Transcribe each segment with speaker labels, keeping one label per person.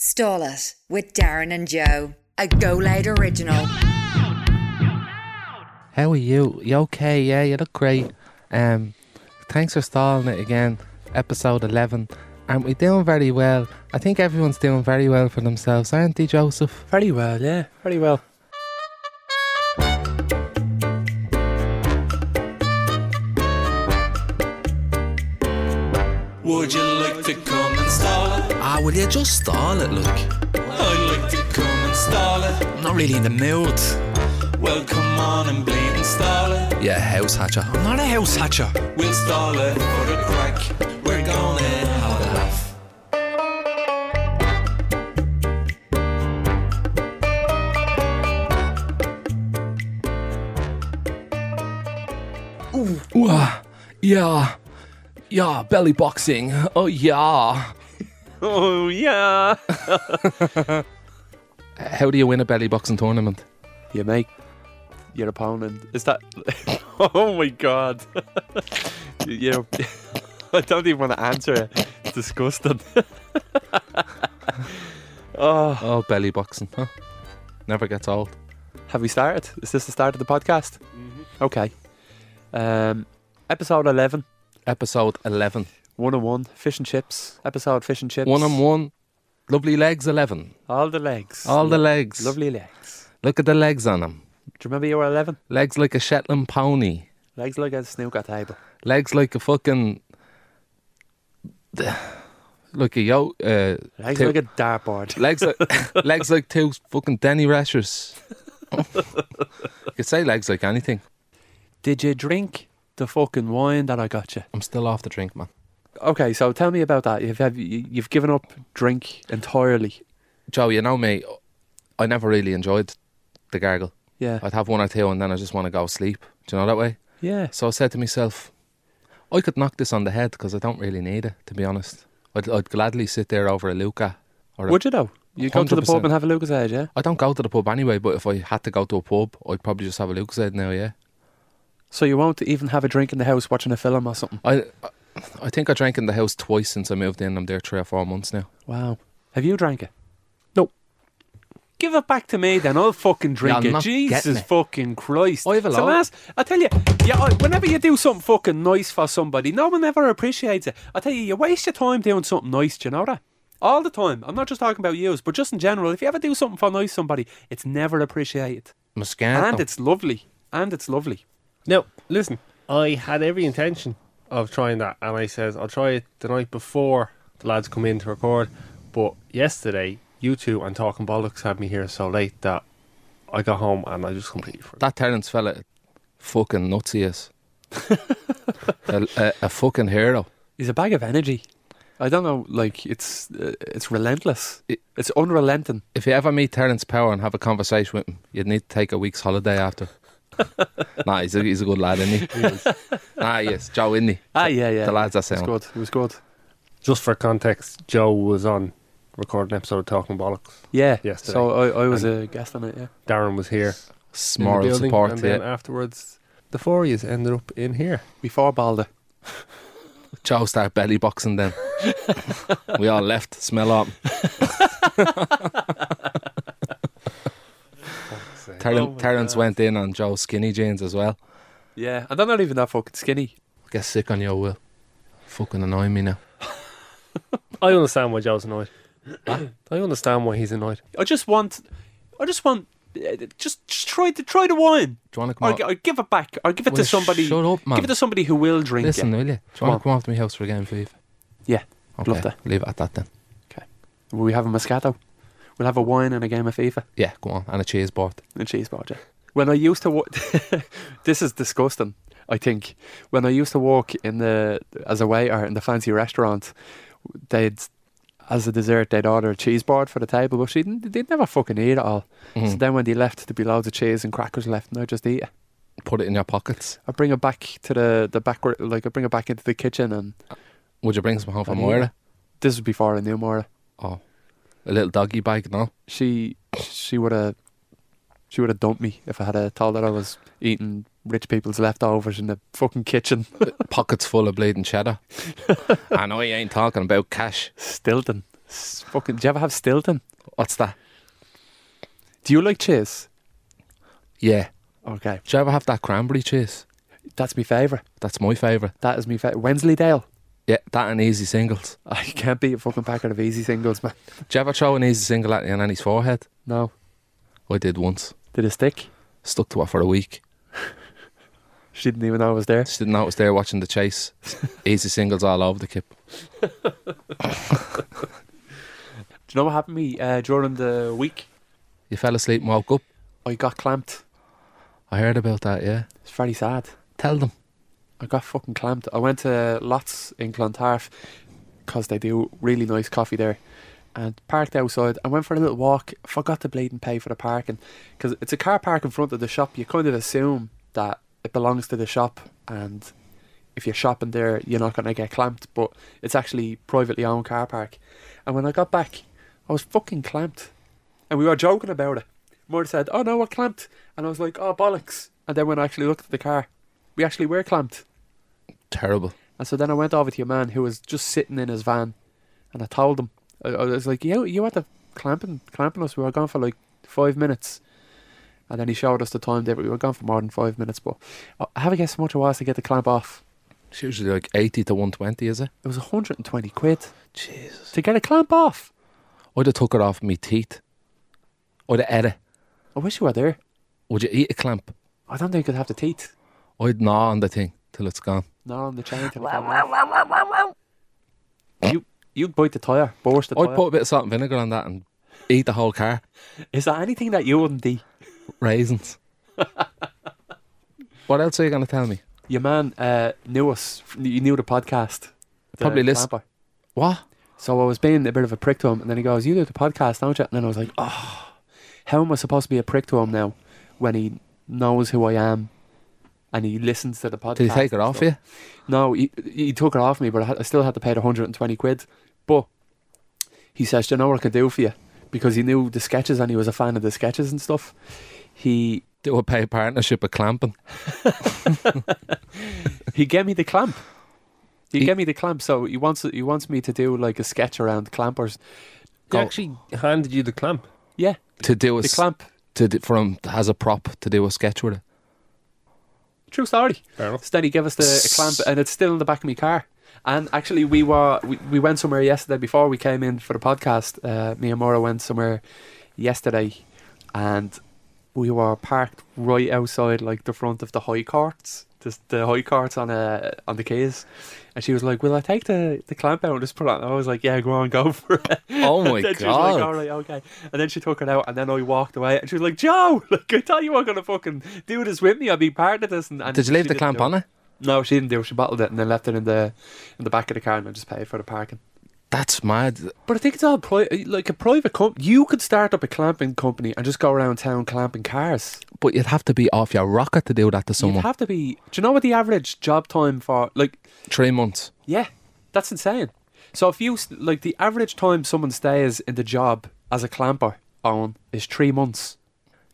Speaker 1: Stall It with Darren and Joe, a Go Loud original.
Speaker 2: How are you? You okay? Yeah, you look great. Um, thanks for stalling it again. Episode 11. Aren't we doing very well? I think everyone's doing very well for themselves, aren't they, Joseph?
Speaker 3: Very well, yeah, very well.
Speaker 4: Would you like to come and stall it?
Speaker 5: Ah, will you just stall it, look?
Speaker 4: I'd like to come and stall it.
Speaker 5: I'm not really in the mood.
Speaker 4: Well, come on and bleed and stall it.
Speaker 5: Yeah, house hatcher. I'm not a house hatcher.
Speaker 4: We'll stall it for the crack. We're gonna have a laugh.
Speaker 5: Yeah. Yeah, belly boxing. Oh, yeah.
Speaker 3: Oh yeah.
Speaker 2: How do you win a belly boxing tournament?
Speaker 3: You make your opponent. Is that? oh my god. you. I don't even want to answer it. It's disgusting. oh,
Speaker 2: Oh, belly boxing, huh? Never gets old.
Speaker 3: have we started? Is this the start of the podcast? Okay. Um, episode 11,
Speaker 2: Episode 11.
Speaker 3: 101, fish and chips. Episode fish and chips.
Speaker 2: One on one. Lovely legs, 11.
Speaker 3: All the legs.
Speaker 2: All the
Speaker 3: Lo-
Speaker 2: legs.
Speaker 3: Lovely legs.
Speaker 2: Look at the legs on them.
Speaker 3: Do you remember you were 11?
Speaker 2: Legs like a Shetland pony.
Speaker 3: Legs like a snooker table.
Speaker 2: Legs like a fucking. Like a yo. Uh,
Speaker 3: Legs
Speaker 2: two-
Speaker 3: like a dartboard.
Speaker 2: legs like legs like two fucking Denny Rashers. you could say legs like anything.
Speaker 3: Did you drink the fucking wine that I got you?
Speaker 2: I'm still off the drink, man.
Speaker 3: Okay, so tell me about that. You've have, you- you've given up drink entirely.
Speaker 2: Joe, you know me. I never really enjoyed the gargle.
Speaker 3: Yeah,
Speaker 2: I'd have one or two, and then I just want to go sleep. Do you know that way?
Speaker 3: yeah.
Speaker 2: So I said to myself, I could knock this on the head because I don't really need it, to be honest. I'd, I'd gladly sit there over a Luca. Or a-
Speaker 3: Would you though? You go to the
Speaker 2: 100%.
Speaker 3: pub and have a Lucas Edge, yeah.
Speaker 2: I don't go to the pub anyway, but if I had to go to a pub, I'd probably just have a Luca's head now, yeah.
Speaker 3: So you won't even have a drink in the house watching a film or something.
Speaker 2: I, I- I think I drank in the house twice since I moved in. I'm there three or four months now.
Speaker 3: Wow. Have you drank it? Nope. Give it back to me, then I'll fucking drink
Speaker 2: You're
Speaker 3: it.
Speaker 2: not getting
Speaker 3: Jesus
Speaker 2: it.
Speaker 3: fucking Christ!
Speaker 2: I have a
Speaker 3: It's a
Speaker 2: lot.
Speaker 3: mess. I tell you, yeah. I- Whenever you do something fucking nice for somebody, no one ever appreciates it. I tell you, you waste your time doing something nice. Do you know that? All the time. I'm not just talking about yous, but just in general. If you ever do something for nice somebody, it's never appreciated,
Speaker 2: I'm scared.
Speaker 3: and
Speaker 2: though.
Speaker 3: it's lovely, and it's lovely.
Speaker 6: Now, listen, I had every intention of trying that, and I says I'll try it the night before the lads come in to record. But yesterday, you two and Talking Bollocks had me here so late that I got home and I just completely forgot.
Speaker 2: that Terence fella, fucking nuts he is. a, a, a fucking hero.
Speaker 3: He's a bag of energy. I don't know, like it's uh, it's relentless.
Speaker 2: It-
Speaker 3: it's unrelenting.
Speaker 2: If you ever meet Terence Power and have a conversation with him, you'd need to take a week's holiday after. nah, he's a, he's a good lad, isn't he? nah, yes, Joe, isn't he?
Speaker 3: Ah, yeah, yeah.
Speaker 2: the lads are
Speaker 3: It was
Speaker 2: saying.
Speaker 3: good. It was good.
Speaker 6: Just for context, Joe was on recording episode of Talking Bollocks.
Speaker 3: Yeah.
Speaker 6: Yesterday.
Speaker 3: So I, I was a guest on it. Yeah.
Speaker 6: Darren was here in the
Speaker 2: Moral
Speaker 6: building,
Speaker 2: support,
Speaker 6: and
Speaker 2: yeah.
Speaker 6: then afterwards, the four of yous ended up in here.
Speaker 3: Before Balder.
Speaker 2: Joe start belly boxing then. we all left, smell up. Ter-
Speaker 3: Oh my
Speaker 2: Terence
Speaker 3: God.
Speaker 2: went in on Joe's skinny jeans as well.
Speaker 3: Yeah, and they're not even that fucking skinny.
Speaker 2: Get sick on your will. Fucking annoy me now.
Speaker 6: I understand why Joe's annoyed. I understand why he's annoyed.
Speaker 3: I just want, I just want, uh, just, just try to try the wine.
Speaker 2: Do you want to come
Speaker 3: I
Speaker 2: out-
Speaker 3: will Oh, give it back. I will give it
Speaker 2: Will you
Speaker 3: to somebody.
Speaker 2: Shut up, man.
Speaker 3: Give it to somebody who will drink
Speaker 2: Listen,
Speaker 3: it.
Speaker 2: will you? Do
Speaker 3: Come
Speaker 2: you want
Speaker 3: on.
Speaker 2: to come after my house for a game, Viv?
Speaker 3: Yeah, I'd
Speaker 2: Okay,
Speaker 3: love that.
Speaker 2: leave it at that then.
Speaker 3: Will we have a Moscato? We'll have a wine and a game of FIFA
Speaker 2: Yeah, go on. And a cheese board.
Speaker 3: and cheese board. yeah. When I used to walk, this is disgusting. I think when I used to walk in the as a waiter in the fancy restaurant, they'd as a dessert they'd order a cheese board for the table, but she didn't, they'd never fucking eat it all. So
Speaker 2: Mhm.
Speaker 3: then when they left, there'd be loads of cheese and crackers left, and I just eat it.
Speaker 2: Put it in your pockets.
Speaker 3: I bring it back to the the back, where- like I bring it back into the kitchen, and
Speaker 2: Would you bring some home for
Speaker 3: I'd eat
Speaker 2: Moira?
Speaker 3: this was before I knew Maura.
Speaker 2: Oh, a little doggy bag, no?
Speaker 3: She she would have she would have dumped me if I had uh, told her I was eating rich people's leftovers in the fucking kitchen.
Speaker 2: Pockets full of bleeding cheddar. and I ain't talking about cash.
Speaker 3: Stilton, S- Fucking, do you ever have Stilton?
Speaker 2: What's that?
Speaker 3: Do you like cheese?
Speaker 2: Yeah.
Speaker 3: Okay,
Speaker 2: Do you ever have that cranberry cheese?
Speaker 3: that's my favourite.
Speaker 2: That's my favourite.
Speaker 3: That is my favourite. Wensleydale.
Speaker 2: Yeah, that and easy singles.
Speaker 3: I can't beat a fucking packet of easy singles, man.
Speaker 2: Do you ever throw an easy single at your nanny's forehead?
Speaker 3: No,
Speaker 2: I did once.
Speaker 3: did it stick?
Speaker 2: Stuck to it for a week.
Speaker 3: She didn't even know I was there.
Speaker 2: Just didn't notice there watching the chase. easy singles all over the kip.
Speaker 3: Do you know what happened to me uh, during the week?
Speaker 2: You fell asleep and woke up.
Speaker 3: I got clamped.
Speaker 2: I heard about that, yeah.
Speaker 3: It's very sad.
Speaker 2: Tell them.
Speaker 3: I got fucking clamped. I went to Lots in Clontarf because they do really nice coffee there. And parked outside. I went for a little walk. Forgot to bleed and pay for the parking because it's a car park in front of the shop. You kind of assume that it belongs to the shop, and if you're shopping there, you're not gonna get clamped. But it's actually privately owned car park. And when I got back, I was fucking clamped, and we were joking about it. Murray said, "Oh no, we're clamped," and I was like, "Oh bollocks!" And then when I actually looked at the car, we actually were clamped.
Speaker 2: Terrible.
Speaker 3: And so then I went over to your man who was just sitting in his van, and I told him, I, I was like, "You, you had to clamping, clamping us. We were gone for like five minutes." And then he showed us the time that we were gone for more than five minutes. But uh, have a guess how much it was to get the clamp off?
Speaker 2: It's usually like 80 to 120, is it?
Speaker 3: It was 120 quid
Speaker 2: Jesus.
Speaker 3: to get a clamp off.
Speaker 2: I'd have took it off me teeth. I'd have ate it.
Speaker 3: I wish you were there.
Speaker 2: Would you eat a clamp?
Speaker 3: I don't think you could have the teeth.
Speaker 2: I'd gnaw on the thing till it's gone.
Speaker 3: Not on the chain. till it came off. you you'd bite the tire, burst the
Speaker 2: I'd
Speaker 3: tire.
Speaker 2: put a bit of salt and vinegar on that and eat the whole car.
Speaker 3: Is there anything that you wouldn't eat?
Speaker 2: Raisins. what else are you going to tell me?
Speaker 3: Your man uh, knew us. You knew the podcast. The
Speaker 2: Probably listen-
Speaker 3: clamper.
Speaker 2: What?
Speaker 3: So I was being a bit of a prick to him, and then he goes, "You do the podcast, don't you?" And then I was like, "Oh, how am I supposed to be a prick to him now when he knows who I am and he listens to the podcast?"
Speaker 2: Did he take it off
Speaker 3: So-
Speaker 2: you?
Speaker 3: No, he, he took it off me, but I, had, I still had to pay the hundred and twenty quid. But he says, "Do you know what I can do for you?" Because he knew the sketches and he was a fan of the sketches and stuff. He
Speaker 2: Do a pay partnership with clamping.
Speaker 3: he gave me the clamp. He,
Speaker 2: He-
Speaker 3: gave me the clamp, so he wants he wants me to do like a sketch around clampers.
Speaker 6: They
Speaker 2: Go.
Speaker 6: actually handed you the clamp.
Speaker 3: Yeah,
Speaker 2: To do a
Speaker 3: the
Speaker 2: s-
Speaker 3: clamp.
Speaker 2: to do, for him as a prop to do a sketch with it.
Speaker 3: True story.
Speaker 6: Fair enough.
Speaker 3: So then he gave us the a clamp, and it's still in the back of my car. And actually, we were we, we went somewhere yesterday before we came in for the podcast. Uh, me and Maura went somewhere yesterday, and we were parked right outside like the front of the high courts, just the high courts on uh, on the keys. And she was like, "Will I take the, the clamp out and just put it on?" I was like, "Yeah, go on, go for it."
Speaker 2: Oh my
Speaker 3: then she was
Speaker 2: god!
Speaker 3: like, all right, okay. And then she took it out, and then I walked away, and she was like, Joe, like, I thought you were going to fucking do this with me. I'd be part of this. And, and
Speaker 2: Did you leave
Speaker 3: she
Speaker 2: the
Speaker 3: didn't
Speaker 2: clamp
Speaker 3: do
Speaker 2: on it?
Speaker 3: No, she didn't do it. She bottled it and then left it in the in the back of the car, and I just paid for the parking.
Speaker 2: That's mad.
Speaker 3: But I think it's all pri- like a private company. You could start up a clamping company and just go around town clamping cars.
Speaker 2: But you'd have to be off your rocker to do that to
Speaker 3: You'd
Speaker 2: someone.
Speaker 3: have to be. Do you know what the average job time for like
Speaker 2: Three months.
Speaker 3: Yeah, that's insane. So if you s- like the average time someone stays in the job as a clamper on is three months.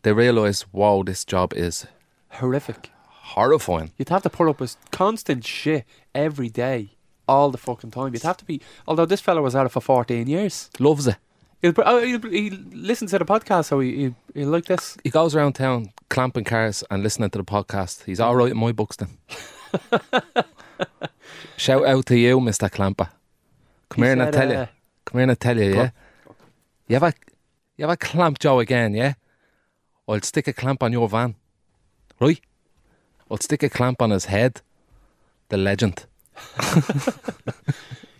Speaker 2: They realise, wow, this job is
Speaker 3: Horrific.
Speaker 2: horrifying.
Speaker 3: You'd have to put up with constant shit every day, all the fucking time. You'd have to be. Although this fella was at it for fourteen years,
Speaker 2: Loves it.
Speaker 3: he'll, pr- oh, he'll, he listened to the podcast, so he he, he like this.
Speaker 2: He goes around town clamping cars and listening to the podcast. He's all right in my books then. Shout out to you, Mr. Clamper. Come
Speaker 3: He
Speaker 2: here and I
Speaker 3: said,
Speaker 2: tell
Speaker 3: uh,
Speaker 2: you. Come here and I tell you, yeah? You ever, you ever clamp Joe again, yeah? I'll stick a clamp on your van. Right? I'll stick a clamp on his head. The legend.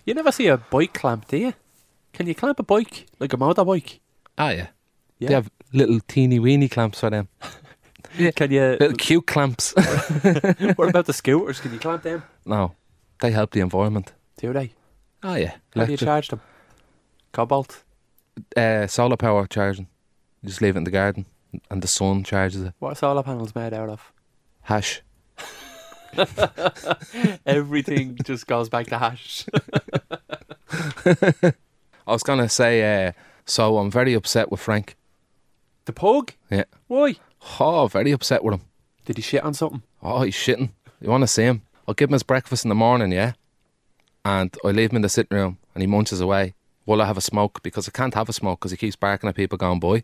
Speaker 3: You never see a bike clamp, do you? Can you clamp a bike like a motorbike?
Speaker 2: Ah, yeah.
Speaker 3: Yeah.
Speaker 2: They have little teeny weeny clamps for them.
Speaker 3: Can you?
Speaker 2: Little cute clamps.
Speaker 3: what about the scooters? Can you clamp them?
Speaker 2: no, they help the environment.
Speaker 3: Do they?
Speaker 2: Oh, yeah.
Speaker 3: How do you
Speaker 2: Electric-
Speaker 3: charge them? Cobalt.
Speaker 2: uh, solar power charging. You just leave it in the garden and the sun charges it.
Speaker 3: What are solar panels made out of?
Speaker 2: Hash.
Speaker 3: Everything just goes back to hash.
Speaker 2: I was going to say, uh, so I'm very upset with Frank.
Speaker 3: the pug?
Speaker 2: Yeah.
Speaker 3: Why?
Speaker 2: Oh, very upset with him.
Speaker 3: Did he shit on something?
Speaker 2: Oh, he's shitting. You want to see him? I'll give him his breakfast in the morning, yeah? And I leave him in the sitting room and he munches away. will I have a smoke? Because I can't have a smoke because he keeps barking at people going, boy.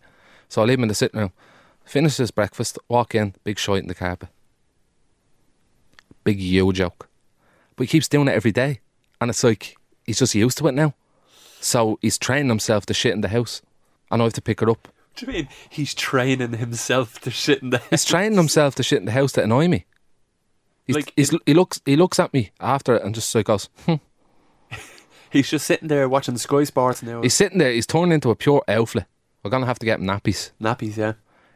Speaker 2: So I leave him in the sitting room, finish his breakfast, walk in, big shite in the carpet. Big yo joke. But he keeps doing it every day. And it's like, he's just used to it now. So he's training himself to shit in the house. And I have to pick it up.
Speaker 3: Do you mean he's training himself to shit in the
Speaker 2: He's training himself to shit in the house to annoy me. He's,
Speaker 3: Like,
Speaker 2: he's, he looks he looks at me after it and just like goes, hmm.
Speaker 3: He's just sitting there watching Sky Sports now.
Speaker 2: He's sitting there, he's turning into a pure elflet. We're gonna have to get him nappies.
Speaker 3: nappies, yeah.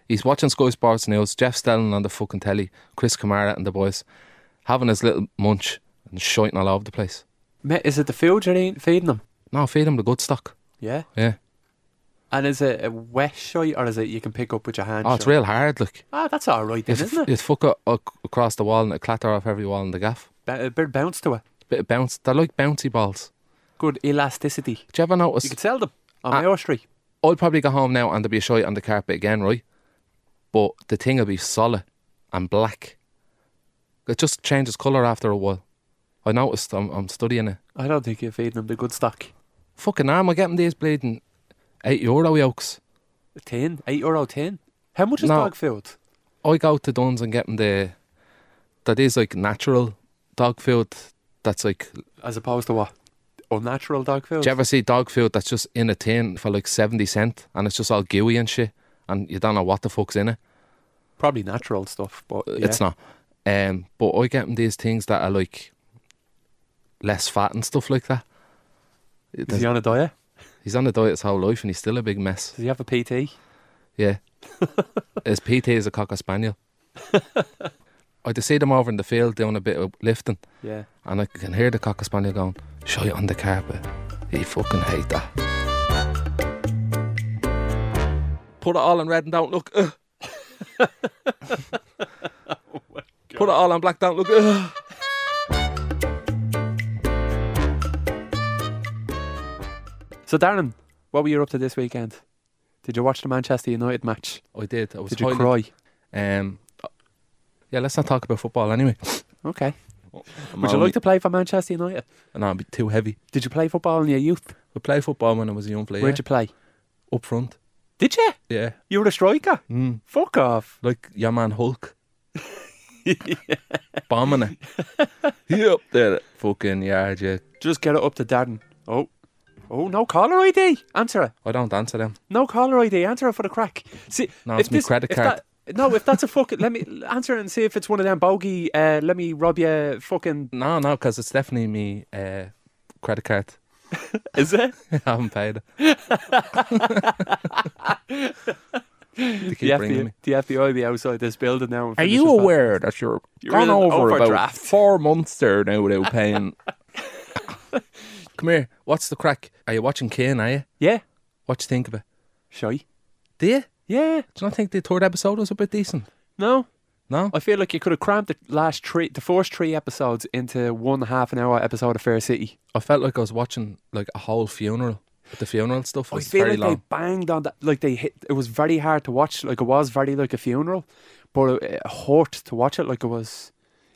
Speaker 2: He's watching Sky Sports News, Jeff Stelling on the fucking telly, Chris Kamara and the boys, having his little munch and shiting all over the place.
Speaker 3: Ma- Is it the food you're eating, feeding him?
Speaker 2: No, feed him the good stock.
Speaker 3: Yeah.
Speaker 2: Yeah.
Speaker 3: And is it a wet shite or is it you can pick up with your hand?
Speaker 2: Oh, it's
Speaker 3: shite?
Speaker 2: real hard, look.
Speaker 3: Ah, that's all right, then,
Speaker 2: It's,
Speaker 3: isn't it?
Speaker 2: it's fuck up, ac- across the wall and it clatter off every wall in the gaff.
Speaker 3: Ba- a bit of bounce to it.
Speaker 2: Bit of bounce. They're like bouncy balls.
Speaker 3: Good elasticity.
Speaker 2: Do you ever notice?
Speaker 3: You could sell them on
Speaker 2: Ah.
Speaker 3: Mayo Street.
Speaker 2: I'll probably go home now and there'll be a shite on the carpet again, right? But the thing will be solid and black. It just changes colour after a while. I noticed, I'm, I'm studying it.
Speaker 3: I don't think you're feeding them the good stock.
Speaker 2: Fucking arm, I get them these bleeding 8 euro yolks.
Speaker 3: Ten, eight euro ten. How much is
Speaker 2: No.
Speaker 3: dog food?
Speaker 2: I go to Dunn's and get them the. That is like natural dog food that's like.
Speaker 3: As opposed to what? Unnatural dog food.
Speaker 2: Do you ever see dog food that's just in a tin for like 70 cent and it's just all gooey and shit and you don't know what the fuck's in it?
Speaker 3: Probably natural stuff, but yeah.
Speaker 2: It's not. Um, but I get them these things that are like less fat and stuff like that. It-
Speaker 3: Is he on a diet?
Speaker 2: he's on the diet his whole life and he's still a big mess.
Speaker 3: Does he have a PT?
Speaker 2: Yeah. his PT is a cocker spaniel. I just see them over in the field doing a bit of lifting
Speaker 3: Yeah.
Speaker 2: and I can hear the cocker spaniel going, show you on the carpet. He fucking hate that. Put it all in red and don't look. Ugh. Put it all in black, don't look. Ugh.
Speaker 3: So Darren, what were you up to this weekend? Did you watch the Manchester United match?
Speaker 2: I did. I was
Speaker 3: Did you
Speaker 2: highly-
Speaker 3: cry?
Speaker 2: Um, yeah, let's not talk about football anyway.
Speaker 3: Okay.
Speaker 2: I'm
Speaker 3: Would you
Speaker 2: only-
Speaker 3: like to play for Manchester United?
Speaker 2: No, it'd be too heavy.
Speaker 3: Did you play football in your youth?
Speaker 2: We played football when I was a young player.
Speaker 3: Where'd you play?
Speaker 2: Up front.
Speaker 3: Did you?
Speaker 2: Yeah.
Speaker 3: You were a striker.
Speaker 2: Mm.
Speaker 3: Fuck off.
Speaker 2: Like your man Hulk. Bombing it. he up there at fucking yard, yeah.
Speaker 3: Just get it up to Darren. Oh. Oh, no caller ID. Answer it.
Speaker 2: I don't answer them.
Speaker 3: No caller ID. Answer it for the crack. See,
Speaker 2: No,
Speaker 3: if
Speaker 2: it's me
Speaker 3: this-
Speaker 2: credit
Speaker 3: if
Speaker 2: card.
Speaker 3: that- no, if that's a fucking let me answer it and see if it's one of them bogey. Uh, let me rob you. Fucking
Speaker 2: No, no, because it's definitely me uh, credit card.
Speaker 3: is it?
Speaker 2: I haven't paid it. they keep
Speaker 3: The
Speaker 2: ringing me.
Speaker 3: FBI, the FBI be outside this building now. and
Speaker 2: Are
Speaker 3: finish
Speaker 2: you
Speaker 3: us off.
Speaker 2: aware that you're,
Speaker 3: You're
Speaker 2: gone
Speaker 3: in an
Speaker 2: over about
Speaker 3: overdraft.
Speaker 2: four months there now without paying? Come here. What's the crack? Are you watching Kane? Are you?
Speaker 3: Yeah.
Speaker 2: What do you think of it?
Speaker 3: Shy.
Speaker 2: Do you?
Speaker 3: Yeah.
Speaker 2: Do you not think the third episode was a bit decent?
Speaker 3: No.
Speaker 2: No.
Speaker 3: I feel like you could have crammed the last three, the first three episodes into one half an hour episode of Fair City.
Speaker 2: I felt like I was watching like a whole funeral. The funeral stuff
Speaker 3: I
Speaker 2: was
Speaker 3: feel
Speaker 2: very
Speaker 3: like they
Speaker 2: long.
Speaker 3: banged on that. Like they hit. It was very hard to watch. Like it was very like a funeral, but it, it hurt to watch it. Like it was,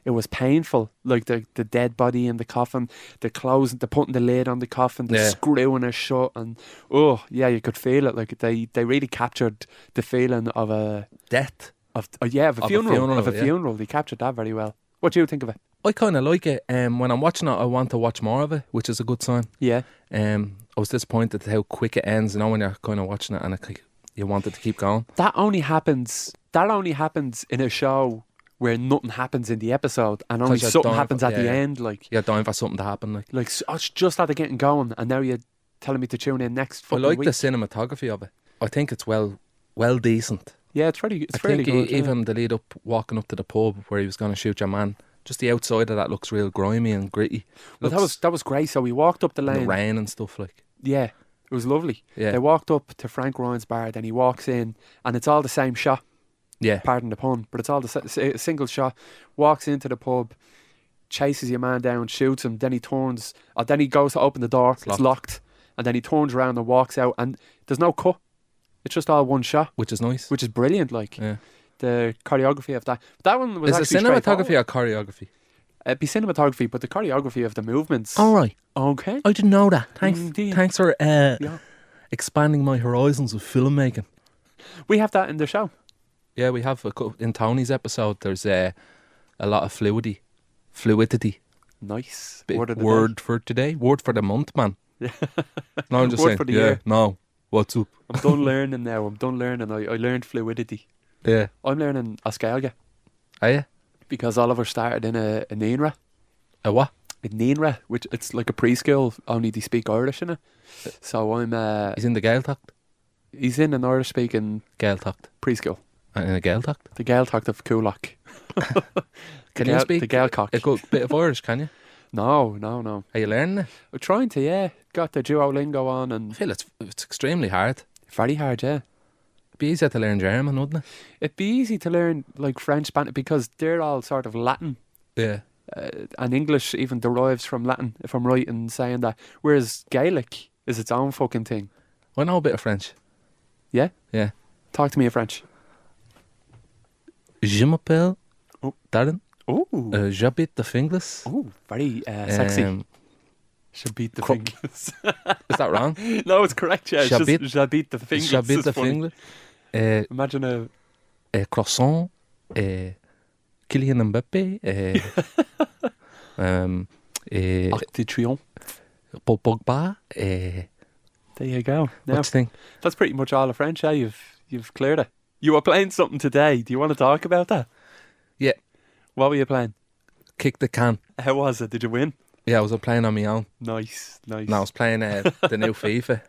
Speaker 3: it was painful. Like the the dead body in the coffin, the closing, the putting the lid on the coffin, the
Speaker 2: Yeah.
Speaker 3: screwing it shut, and oh yeah, you could feel it. Like they they really captured the feeling of a
Speaker 2: Death.
Speaker 3: of oh, yeah of a
Speaker 2: Of a
Speaker 3: funeral, of a
Speaker 2: funeral, yeah.
Speaker 3: funeral. They captured that very well. What do you think of it?
Speaker 2: I kind of like it. Um, when I'm watching it, I want to watch more of it, which is a good sign.
Speaker 3: Yeah.
Speaker 2: Um, I was disappointed at how quick it ends. You know when you're kind of watching it and it, like, you want it to keep going.
Speaker 3: that only happens that only happens in a show where nothing happens in the episode and only
Speaker 2: Because you're
Speaker 3: something
Speaker 2: dying for-
Speaker 3: happens at the
Speaker 2: yeah.
Speaker 3: end like
Speaker 2: You're dying for something to happen. Like
Speaker 3: like s- oh, it's just started getting going and now you're telling me to tune in next
Speaker 2: I
Speaker 3: fucking
Speaker 2: like
Speaker 3: week
Speaker 2: the cinematography of it. I think it's well, well decent.
Speaker 3: yeah it's really it's
Speaker 2: I
Speaker 3: really
Speaker 2: think
Speaker 3: good
Speaker 2: e-
Speaker 3: yeah.
Speaker 2: even the lead up, walking up to the pub where he was going to shoot your man, just the outside of that looks real grimy and gritty.
Speaker 3: but that
Speaker 2: Looks-
Speaker 3: was that was great so we walked up the
Speaker 2: and
Speaker 3: lane
Speaker 2: the rain and stuff like.
Speaker 3: yeah it was lovely
Speaker 2: Yeah,
Speaker 3: they walked up to Frank Ryan's bar then he walks in and it's all the same shot
Speaker 2: yeah.
Speaker 3: pardon the pun, but it's all the si- si- single shot. Walks into the pub, chases your man down, shoots him. Then he turns, or then he goes to open the door. It's locked,
Speaker 2: locked.
Speaker 3: and then he turns around and walks out. And there's no cut. It's just all one shot,
Speaker 2: which is nice.
Speaker 3: which is brilliant. Like
Speaker 2: yeah.
Speaker 3: the choreography of that. That one was
Speaker 2: Is it
Speaker 3: actually straightforward.
Speaker 2: cinematography or choreography?
Speaker 3: It'd be cinematography, but the choreography of the movements.
Speaker 2: All Oh, right.
Speaker 3: Okay.
Speaker 2: I didn't know that. Thanks.
Speaker 3: Indeed.
Speaker 2: Thanks for uh,
Speaker 3: Mm, Yeah.
Speaker 2: expanding my horizons of filmmaking.
Speaker 3: We have that in the show.
Speaker 2: Yeah, we have a couple, in Tony's episode. There's uh, a lot of fluidity, fluidity.
Speaker 3: Nice.
Speaker 2: Big
Speaker 3: Word of the
Speaker 2: word
Speaker 3: day.
Speaker 2: for today. Word for the month, man. no, I'm just
Speaker 3: Word
Speaker 2: saying.
Speaker 3: for the
Speaker 2: yeah.
Speaker 3: year.
Speaker 2: No. What's up?
Speaker 3: I'm done learning now. I'm done learning. I, I learned fluidity.
Speaker 2: Yeah.
Speaker 3: I'm learning Ascalia
Speaker 2: Are you?
Speaker 3: because Oliver started in a, a Nienra.
Speaker 2: A what?
Speaker 3: A Nienra, which it's like a preschool, only they speak Irish in it. So I'm uh,
Speaker 2: He's in the Gaeltacht.
Speaker 3: he's in an Irish speaking
Speaker 2: Gaeltacht.
Speaker 3: preschool.
Speaker 2: And Uh, in a Gaeltacht.
Speaker 3: The Gael talked of Kulak.
Speaker 2: Can you
Speaker 3: the Gael-
Speaker 2: speak
Speaker 3: the Gael cock?
Speaker 2: a good bit of Irish? Can you?
Speaker 3: No, no, no.
Speaker 2: Are you learning it?
Speaker 3: I'm trying to, yeah. Got the Duolingo on
Speaker 2: I
Speaker 3: and
Speaker 2: feel it's it's extremely hard.
Speaker 3: very hard, yeah.
Speaker 2: It'd be easier to learn German, wouldn't
Speaker 3: It'd be easy to learn like French, Spanish because they're all sort of Latin.
Speaker 2: it? Yeah.
Speaker 3: uh, and English even derives from Latin, if I'm right in saying that. Whereas Gaelic is its own fucking thing.
Speaker 2: I know a bit of French.
Speaker 3: Yeah?
Speaker 2: Yeah.
Speaker 3: Talk to me in French.
Speaker 2: Je m'appelle
Speaker 3: Oh.
Speaker 2: Darren.
Speaker 3: Oh,
Speaker 2: Uh, J'habite the Finglas.
Speaker 3: oh, very uh, sexy.
Speaker 2: Um,
Speaker 3: Shabit the
Speaker 2: cro-
Speaker 3: fingers.
Speaker 2: is that wrong?
Speaker 3: no, it's correct. Yeah, it's just
Speaker 2: Shabit-
Speaker 3: Shabit the fingers.
Speaker 2: J'habite
Speaker 3: is
Speaker 2: the
Speaker 3: funny.
Speaker 2: Finglas. Uh,
Speaker 3: Imagine a
Speaker 2: uh, croissant. Uh, Kylian Mbappe. Uh, um, uh,
Speaker 3: Arc de Triomphe.
Speaker 2: Paul Pogba. Uh,
Speaker 3: There you go. Now,
Speaker 2: What's the thing?
Speaker 3: that's pretty much all of French. Yeah, you've you've cleared it. You were playing something today. Do you want to talk about that?
Speaker 2: Yeah.
Speaker 3: What were you playing?
Speaker 2: Kick the can.
Speaker 3: How was it? Did you win?
Speaker 2: Yeah, I was playing on my own.
Speaker 3: Nice, nice.
Speaker 2: No, I was playing uh, the new FIFA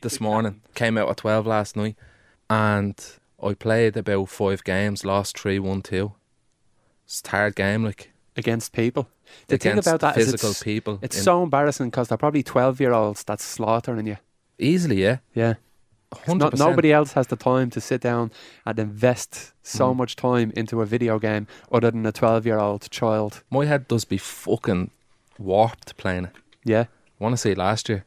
Speaker 2: this morning. Came out at 12 last night. And I played about five games, lost three, one, two. It's a tired game, like,
Speaker 3: against people. The thing
Speaker 2: against
Speaker 3: about that is
Speaker 2: physical
Speaker 3: it's,
Speaker 2: people.
Speaker 3: it's
Speaker 2: in-
Speaker 3: so embarrassing because they're probably twelve-year-olds that's slaughtering you.
Speaker 2: Easily, yeah.
Speaker 3: Yeah,
Speaker 2: 100%.
Speaker 3: Not, nobody else has the time to sit down and invest so much time into a video game other than a twelve-year-old child.
Speaker 2: My head does be fucking warped playing it.
Speaker 3: Yeah,
Speaker 2: I want to say last year,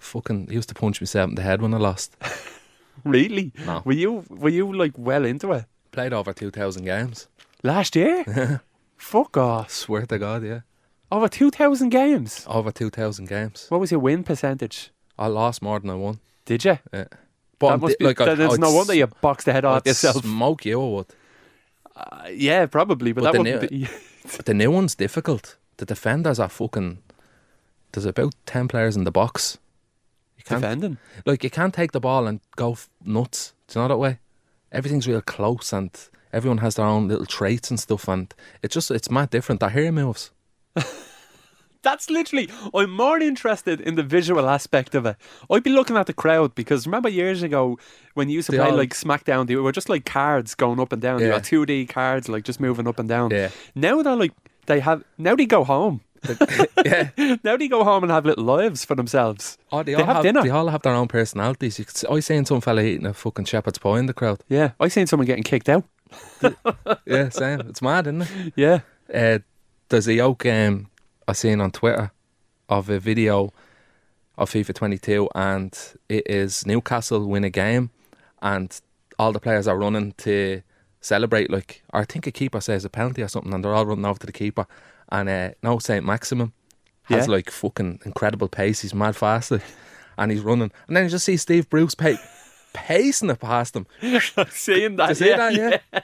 Speaker 2: fucking, I used to punch myself in the head when I lost.
Speaker 3: really?
Speaker 2: No.
Speaker 3: Were you were you like well into it
Speaker 2: Played over 2,000 games.
Speaker 3: last year? Fuck off!
Speaker 2: Swear to God, yeah.
Speaker 3: Over two thousand games.
Speaker 2: Over 2,000 games.
Speaker 3: What was your win percentage?
Speaker 2: I lost more than I won.
Speaker 3: Did you?
Speaker 2: Yeah.
Speaker 3: That
Speaker 2: I'm
Speaker 3: must
Speaker 2: di-
Speaker 3: be.
Speaker 2: I-
Speaker 3: that, it's
Speaker 2: I'd
Speaker 3: no wonder
Speaker 2: s-
Speaker 3: you boxed the head off
Speaker 2: I'd
Speaker 3: yourself.
Speaker 2: Smoke you or what?
Speaker 3: Uh, yeah, probably, but,
Speaker 2: But
Speaker 3: that
Speaker 2: they
Speaker 3: would be.
Speaker 2: But the new one's difficult. The defenders are fucking. There's about ten players in the box. You can't
Speaker 3: defending.
Speaker 2: like you can't take the ball and go f- nuts. Do you know that way? Everything's real close and everyone has their own little traits and stuff, and it's just it's mad different. The hair moves.
Speaker 3: That's literally. I'm more interested in the visual aspect of it. I'd be looking at the crowd because remember years ago when you used to
Speaker 2: They
Speaker 3: play
Speaker 2: all-
Speaker 3: like SmackDown, they were just like cards going up and down. You
Speaker 2: Yeah.
Speaker 3: got two D cards like just moving up and down.
Speaker 2: Yeah.
Speaker 3: Now they're like they have. Now they go home.
Speaker 2: yeah,
Speaker 3: Now they go home and have little lives for themselves.
Speaker 2: oh, they,
Speaker 3: They
Speaker 2: all
Speaker 3: have
Speaker 2: have,
Speaker 3: dinner.
Speaker 2: They all have their own personalities. You could, s- I seen some fella eating a fucking shepherd's pie in the crowd.
Speaker 3: Yeah, I seen someone getting kicked out.
Speaker 2: Yeah, same. It's mad, isn't it?
Speaker 3: Yeah,
Speaker 2: uh, there's a yoke um, I seen on Twitter of a video of FIFA 22, and it is Newcastle win a game, and all the players are running to celebrate. Like, or I think a keeper says a penalty or something, and they're all running over to the keeper. And uh, now Saint Maximum has
Speaker 3: Yeah.
Speaker 2: like fucking incredible pace. He's mad fast, like, and he's running. And then you just see Steve Bruce pa- pacing it past him.
Speaker 3: seeing that.
Speaker 2: You see
Speaker 3: yeah,
Speaker 2: that? Yeah.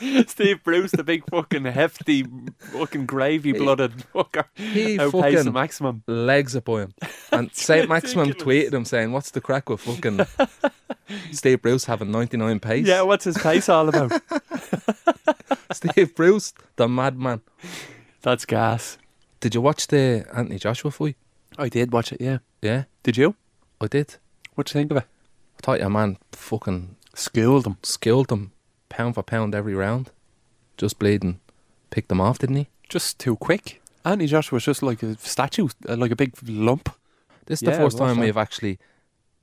Speaker 3: yeah. Steve Bruce, the big fucking hefty, fucking gravy blooded fucker,
Speaker 2: he
Speaker 3: outpaces
Speaker 2: fucking-
Speaker 3: maximum.
Speaker 2: legs up on him. And St. Maximum
Speaker 3: ridiculous.
Speaker 2: tweeted him saying, What's the crack with fucking Steve Bruce having 99 pace?
Speaker 3: Yeah, what's his pace all about?
Speaker 2: Steve Bruce, the madman.
Speaker 3: That's gas.
Speaker 2: Did you watch the Anthony Joshua fight?
Speaker 3: I did watch it, yeah.
Speaker 2: Yeah,
Speaker 3: Did you?
Speaker 2: I did.
Speaker 3: What'd you think of it?
Speaker 2: I thought your man fucking
Speaker 3: Schooled him.
Speaker 2: skilled him pound for pound every round. Just bleeding. Picked him off, didn't he?
Speaker 3: Just too quick. Andy Josh was just like a statue, uh, like a big lump.
Speaker 2: This is
Speaker 3: Yeah,
Speaker 2: the first
Speaker 3: I watched
Speaker 2: time
Speaker 3: that.
Speaker 2: we've actually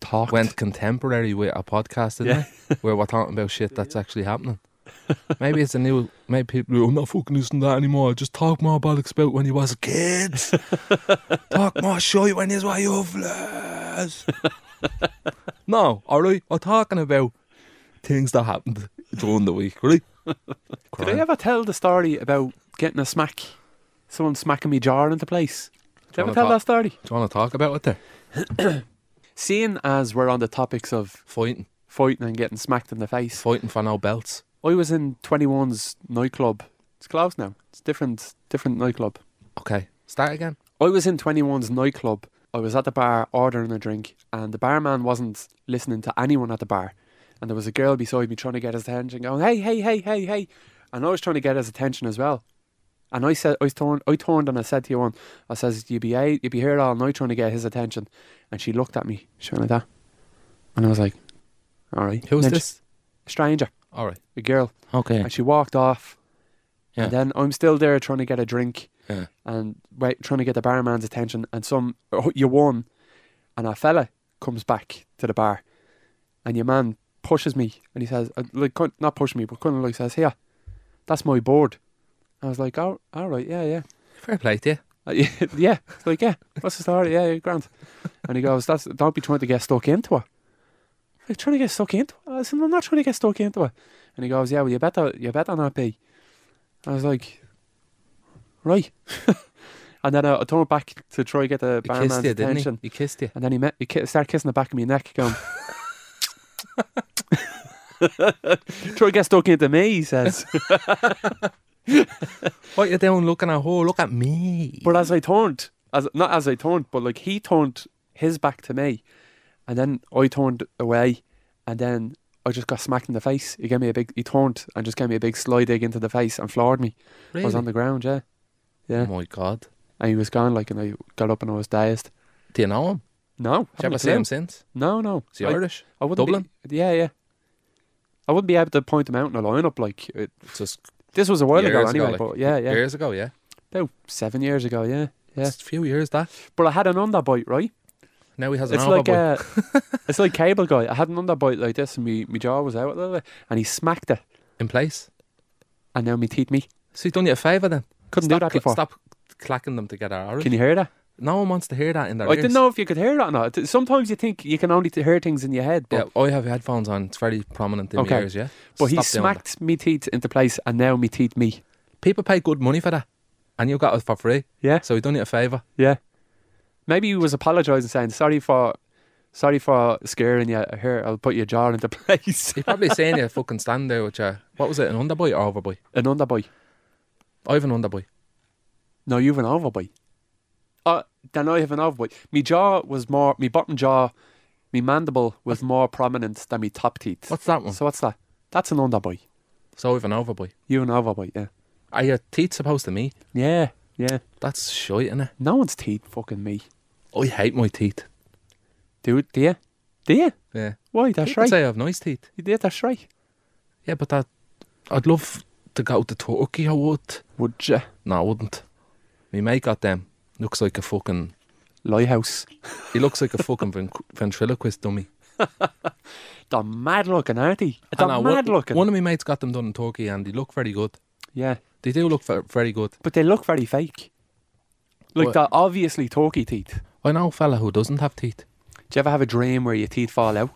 Speaker 3: Talked.
Speaker 2: went contemporary with our podcast, isn't it? Where we're talking about shit that's actually happening. Maybe it's a new. Maybe people. are, I'm not fucking listening to that anymore. Just talk more bollocks about when you was kids. talk more shit when you were yoveless. no, all right. We're talking about things that happened during the week, right?
Speaker 3: Did I ever tell the story about getting a smack? Someone smacking me jar into place. Did you ever
Speaker 2: Wanna
Speaker 3: tell
Speaker 2: talk-
Speaker 3: that story?
Speaker 2: Do you want to talk about it there?
Speaker 3: Seeing as we're on the topics of
Speaker 2: Fighting.
Speaker 3: fighting and getting smacked in the face,
Speaker 2: Fighting for no belts.
Speaker 3: I was in 21's nightclub. It's closed now. It's different, different nightclub.
Speaker 2: Okay. Start again.
Speaker 3: I was in 21's nightclub. I was at the bar ordering a drink, and the barman wasn't listening to anyone at the bar. And there was a girl beside me trying to get his attention, going, "Hey, hey, hey, hey, hey!" And I was trying to get his attention as well. And I said, I turned, I turned, and I said to one, I says, "You be, a- you be here all night trying to get his attention." And she looked at me, she went like that, and I was like, "All right."
Speaker 2: Who's
Speaker 3: Then she-
Speaker 2: this?
Speaker 3: stranger,
Speaker 2: All right.
Speaker 3: a girl,
Speaker 2: Okay.
Speaker 3: and she walked off.
Speaker 2: Yeah.
Speaker 3: And then I'm still there trying to get a drink
Speaker 2: Yeah.
Speaker 3: and wait, trying to get the barman's attention. And some oh, you won, and a fella comes back to the bar, and your man pushes me, and he says, uh, like, kin- not push me, but kind of like says, here, that's my board. I was like, oh, all right, yeah, yeah.
Speaker 2: Fair play to you.
Speaker 3: Uh, yeah, yeah. It's like, yeah, what's the story? Yeah, yeah, grand. And he goes, That's, don't be trying to get stuck into her. I'm trying to get stuck into her. I said, I'm not trying to get stuck into her. And he goes, yeah, well, you better, you better not be. I was like, right. and then I, I turned back to try and get the
Speaker 2: He
Speaker 3: barman's
Speaker 2: kissed you, didn't
Speaker 3: attention.
Speaker 2: he? He kissed you.
Speaker 3: And then he, met, he ki- started kissing the back of my neck, going, try and get stuck into me, he says.
Speaker 2: What you doing looking at her? Look at me.
Speaker 3: But as I turned, as not as I turned, but like he turned his back to me, and then I turned away, and then I just got smacked in the face. He gave me a big, he turned and just gave me a big slide dig into the face and floored me. I was on the ground,
Speaker 2: Oh
Speaker 3: yeah, yeah,
Speaker 2: my God.
Speaker 3: and he was gone. Like, and I got up and I was dazed.
Speaker 2: Do you know him? Did
Speaker 3: No,
Speaker 2: you
Speaker 3: haven't a
Speaker 2: ever see him
Speaker 3: clue.
Speaker 2: since?
Speaker 3: No, no.
Speaker 2: Is he
Speaker 3: I,
Speaker 2: Irish?
Speaker 3: I wouldn't be-
Speaker 2: Dublin?
Speaker 3: yeah, yeah. I wouldn't be able to point him out in a lineup like it,
Speaker 2: Just
Speaker 3: this was a while ago
Speaker 2: years
Speaker 3: anyway.
Speaker 2: like,
Speaker 3: but yeah, yeah,
Speaker 2: Years ago, yeah.
Speaker 3: about seven years ago, yeah, yeah.
Speaker 2: Just a few years that.
Speaker 3: But I had an underbite, right?
Speaker 2: Now he has an
Speaker 3: It's
Speaker 2: armor
Speaker 3: like
Speaker 2: boy.
Speaker 3: uh, it's like cable guy. I had an underbite like this, and me, my jaw was out a little bit, and he smacked it,
Speaker 2: in place.
Speaker 3: and now me teeth me.
Speaker 2: So he done you a favour then.
Speaker 3: Couldn't
Speaker 2: stop
Speaker 3: do that
Speaker 2: cl-
Speaker 3: before.
Speaker 2: Stop clacking them together, Irish.
Speaker 3: Can you hear that?
Speaker 2: No one wants to hear that in their
Speaker 3: I
Speaker 2: ears.
Speaker 3: didn't know if you could hear that or not. T- Sometimes you think you can only t- hear things in your head,
Speaker 2: Yeah,
Speaker 3: but
Speaker 2: I have headphones on. It's very prominent in my
Speaker 3: Okay.
Speaker 2: ears, yeah.
Speaker 3: but he
Speaker 2: Stop doing that.
Speaker 3: smacked me teeth into place, and now me teeth me.
Speaker 2: People pay good money for that, and you got it for free.
Speaker 3: Yeah,
Speaker 2: So he done you a favour.
Speaker 3: yeah. Maybe he was apologising, saying sorry for, sorry for scaring you. Here, I'll put your jaw into place.
Speaker 2: He probably saying you fucking stand there with your what was it, an underboy or overboy?
Speaker 3: an underbite.
Speaker 2: I have an underboy.
Speaker 3: No, you've an overbite. Uh, then I have an overbite. Me jaw was more, me bottom jaw, me mandible was more prominent than me top teeth.
Speaker 2: What's that one? So,
Speaker 3: So what's that? That's an underbite.
Speaker 2: I have an overboy.
Speaker 3: You an overbite, yeah.
Speaker 2: Are your teeth supposed to meet?
Speaker 3: Yeah, yeah.
Speaker 2: That's shite, innit?
Speaker 3: No one's teeth fucking me.
Speaker 2: I hate my teeth.
Speaker 3: Do, do you? Do you?
Speaker 2: Yeah.
Speaker 3: Why, that's
Speaker 2: People
Speaker 3: right.
Speaker 2: say I have nice teeth.
Speaker 3: You did, that's right.
Speaker 2: Yeah, but that I'd love to go to Turkey. I would.
Speaker 3: Would you?
Speaker 2: No, I wouldn't. Me mate got them. Looks like a fucking.
Speaker 3: Lighthouse.
Speaker 2: He looks like a fucking ven- ventriloquist dummy.
Speaker 3: They're mad looking, aren't they? They're
Speaker 2: And I-
Speaker 3: mad
Speaker 2: one,
Speaker 3: looking.
Speaker 2: One of my mates got them done in Turkey, and they look very good.
Speaker 3: yeah.
Speaker 2: They do look ver- very good.
Speaker 3: But they look very fake. Like
Speaker 2: What?
Speaker 3: they're obviously turkey teeth.
Speaker 2: I know a fella who doesn't have teeth.
Speaker 3: Do you ever have a dream where your teeth fall out?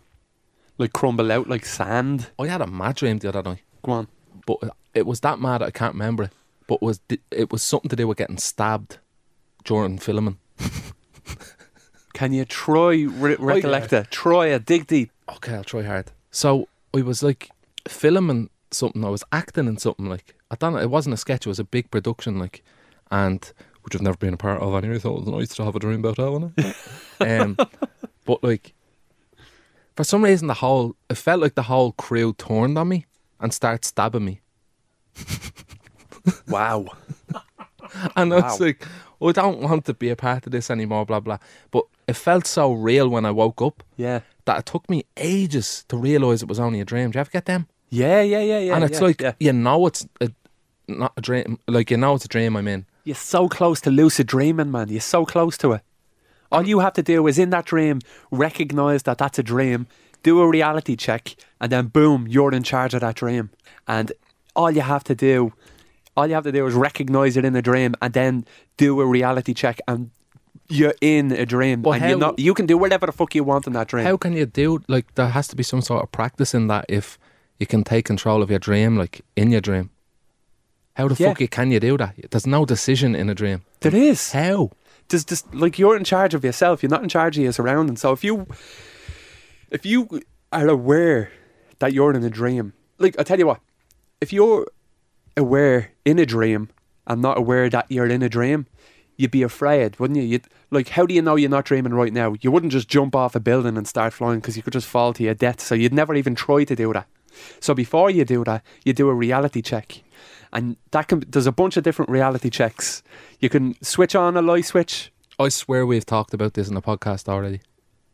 Speaker 3: Like crumble out like sand?
Speaker 2: I had a mad dream the other night,
Speaker 3: Go on.
Speaker 2: but it was that mad I can't remember it. But it was it was something to do with getting stabbed during filming?
Speaker 3: Can you try
Speaker 2: Oh,
Speaker 3: re- recollect it? Try it. Dig deep.
Speaker 2: Okay, I'll try hard. So I was like filming something. I was acting in something like I don't know. It wasn't a sketch. It was a big production like, and which I've never been a part of anyway. So it was nice to have a dream about that one. um, but like, for some reason, the whole it felt like the whole crew turned on me and started stabbing me.
Speaker 3: Wow.
Speaker 2: And I was
Speaker 3: Wow.
Speaker 2: like, "Oh, I don't want to be a part of this anymore. Blah blah. But it felt so real when I woke up
Speaker 3: Yeah.
Speaker 2: that it took me ages to realize it was only a dream. Do you ever get them?
Speaker 3: Yeah, yeah, yeah, yeah.
Speaker 2: and it's
Speaker 3: yeah,
Speaker 2: like
Speaker 3: yeah.
Speaker 2: you know it's a, not a dream like you know it's a dream i'm in
Speaker 3: you're so close to lucid dreaming, man. You're so close to it. All you have to do is in that dream recognize that that's a dream, do a reality check, and then boom, you're in charge of that dream. And all you have to do, all you have to do is recognize it in a dream, and then do a reality check, and you're in a dream,
Speaker 2: But
Speaker 3: and
Speaker 2: how-
Speaker 3: you know you can do whatever the fuck you want in that dream.
Speaker 2: how can you do like there has to be some sort of practice in that if you can take control of your dream like in your dream How the
Speaker 3: Yeah.
Speaker 2: fuck you, can you do that? There's no decision in a dream.
Speaker 3: There is.
Speaker 2: How?
Speaker 3: There's just like you're in charge of yourself. You're not in charge of your surroundings. So if you, if you are aware that you're in a dream, like I tell you what, if you're aware in a dream and not aware that you're in a dream, you'd be afraid, wouldn't you? You'd, like, how do you know you're not dreaming right now? You wouldn't just jump off a building and start flying because you could just fall to your death. So you'd never even try to do that. So before you do that, you do a reality check, and that can there's a bunch of different reality checks. You can switch on a lie switch.
Speaker 2: I swear we've talked about this in the podcast already.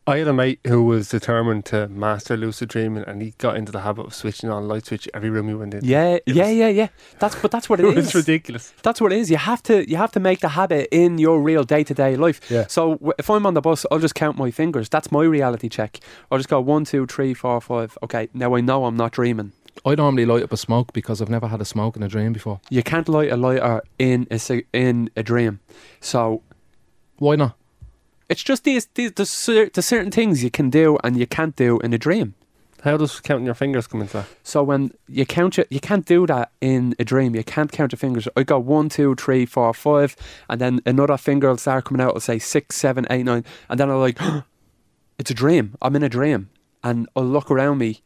Speaker 6: I had a mate who was determined to master lucid dreaming, and he got into the habit of switching on light switch every room he went in.
Speaker 3: Yeah, yeah,
Speaker 6: was-
Speaker 3: yeah, yeah. That's but that's what it
Speaker 6: it
Speaker 3: is.
Speaker 6: was ridiculous.
Speaker 3: That's what it is. You have to you have to make the habit in your real day to day life.
Speaker 6: Yeah.
Speaker 3: So w- if I'm on the bus, I'll just count my fingers. That's my reality check. I'll just go one, two, three, four, five. Okay, now I know I'm not dreaming.
Speaker 2: I normally light up a smoke because I've never had a smoke in a dream before.
Speaker 3: You can't light a lighter in a cig- in a dream. So
Speaker 2: Why not?
Speaker 3: it's just these these the, cer- the certain things you can do and you can't do in a dream.
Speaker 6: How does counting your fingers come into that?
Speaker 3: So when you count your, you can't do that in a dream. You can't count your fingers. I got one, two, three, four, five, and then another finger will start coming out. It'll say six, seven, eight, nine, and then I'm like, it's a dream. I'm in a dream, and I'll look around me,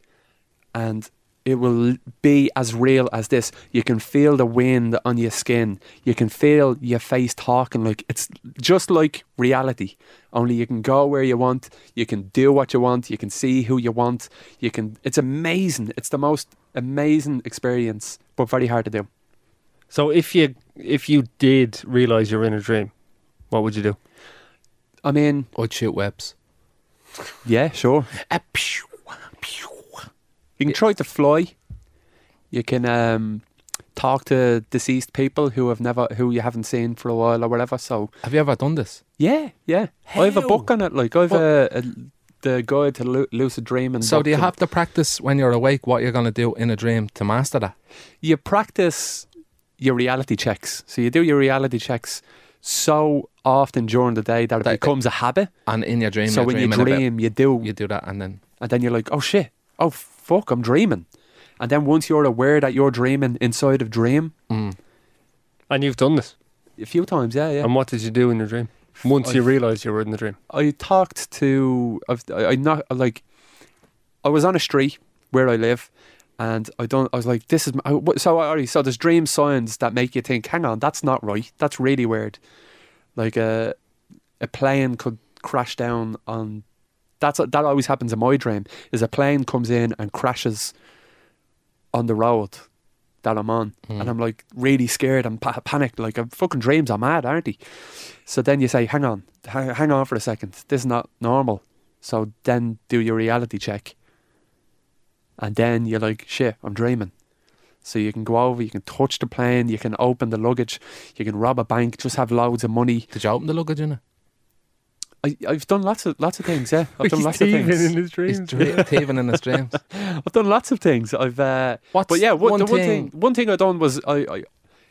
Speaker 3: and it will be as real as this. You can feel the wind on your skin. You can feel your face talking like it's just like reality. Only you can go where you want. You can do what you want. You can see who you want. You can. It's amazing. It's the most amazing experience, but very hard to do.
Speaker 6: So if you if you did realize you're in a dream, what would you do?
Speaker 3: I mean,
Speaker 2: I'd shoot webs.
Speaker 3: yeah, sure.
Speaker 2: Ah, pew, pew.
Speaker 3: You can try to fly. You can um, talk to deceased people who have never, who you haven't seen for a while or whatever. So
Speaker 2: Have you ever done this?
Speaker 3: yeah, yeah. I have a book on it. Like I've
Speaker 2: What?
Speaker 3: a, a the guide to lu- lucid dreaming.
Speaker 2: So
Speaker 3: book
Speaker 2: do you
Speaker 3: and-
Speaker 2: have to practice when you're awake what you're going to do in a dream to master that?
Speaker 3: you practice your reality checks. So you do your reality checks so often during the day that it
Speaker 2: That-
Speaker 3: becomes a habit.
Speaker 2: And in your dream,
Speaker 3: so
Speaker 2: you're
Speaker 3: when you
Speaker 2: dreaming about-
Speaker 3: dream, you do,
Speaker 2: you do that and then
Speaker 3: and then you're like, oh shit, oh fuck, I'm dreaming. And then once you're aware that you're dreaming inside of dream,
Speaker 2: mm.
Speaker 6: And you've done this.
Speaker 3: a few times, yeah, yeah.
Speaker 6: And what did you do in your dream? Once you
Speaker 3: I've-
Speaker 6: realised you were in the dream.
Speaker 3: I talked to I've, I, I not like I was on a street where I live, and I don't. I was like, this is my, I- what- so I already so there's dream signs that make you think, hang on, that's not right. That's really weird. Like a a plane could crash down on. That's that always happens in my dream. Is a plane comes in and crashes on the road that I'm on, and I'm like really scared and pa- panicked. Like, I'm fucking dreams are mad, aren't they? So then you say, hang on, hang, hang on for a second. This is not normal. So then do your reality check. And then you're like, shit, I'm dreaming. So you can go over, you can touch the plane, you can open the luggage, you can rob a bank, just have loads of money.
Speaker 2: did you open the luggage in it?
Speaker 3: I, I've done lots of lots of things, yeah. I've done lots of
Speaker 6: Even
Speaker 3: things.
Speaker 6: in his
Speaker 2: He's
Speaker 6: dreams.
Speaker 2: dre- thieving in his dreams.
Speaker 3: I've done lots of things. I've uh,
Speaker 2: What's
Speaker 3: but yeah, what,
Speaker 2: one
Speaker 3: the one
Speaker 2: thing-
Speaker 3: thing, one thing I done was I, I,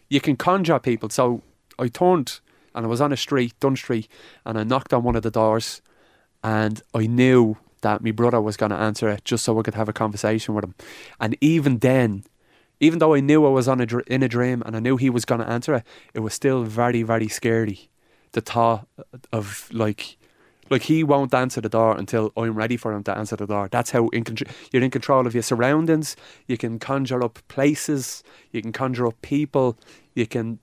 Speaker 3: you can conjure people. So I turned and I was on a street, Dun Street, and I knocked on one of the doors, and I knew that my brother was going to answer it just so I could have a conversation with him. And even then, even though I knew I was on a dr- in a dream and I knew he was going to answer it, it was still very very scary. The thought of like. Like he won't answer the door until I'm ready for him to answer the door. That's how in contr- you're in control of your surroundings. You can conjure up places. You can conjure up people. You can.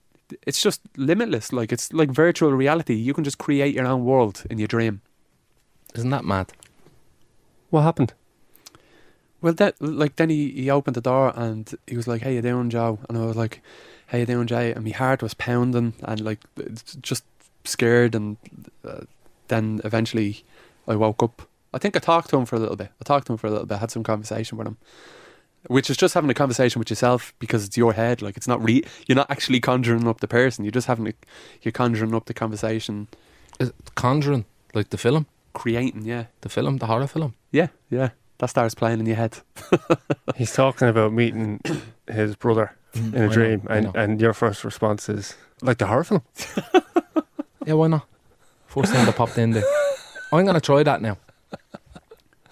Speaker 3: It's just limitless. Like it's like virtual reality. You can just create your own world in your dream.
Speaker 2: Isn't that mad?
Speaker 6: What happened?
Speaker 3: Well, that like then he, he opened the door and he was like, "How you doing, Joe?" And I was like, "How you doing, Jay?" And my heart was pounding and like it's just scared. And uh, then eventually, I woke up. I think I talked to him for a little bit. I talked to him for a little bit. Had some conversation with him, which is just having a conversation with yourself because it's your head. Like it's not re- you're not actually conjuring up the person. You're just having a, you're conjuring up the conversation,
Speaker 2: Is it Conjuring, like the film,
Speaker 3: creating. Yeah,
Speaker 2: the film, the horror film.
Speaker 3: yeah, yeah. That starts playing in your head.
Speaker 6: He's talking about meeting his brother in
Speaker 2: I
Speaker 6: a
Speaker 2: know,
Speaker 6: dream,
Speaker 2: I
Speaker 6: and,
Speaker 2: know.
Speaker 6: and your first response is like the horror film.
Speaker 2: Yeah, why not? First thing that popped in there. I'm gonna try that now.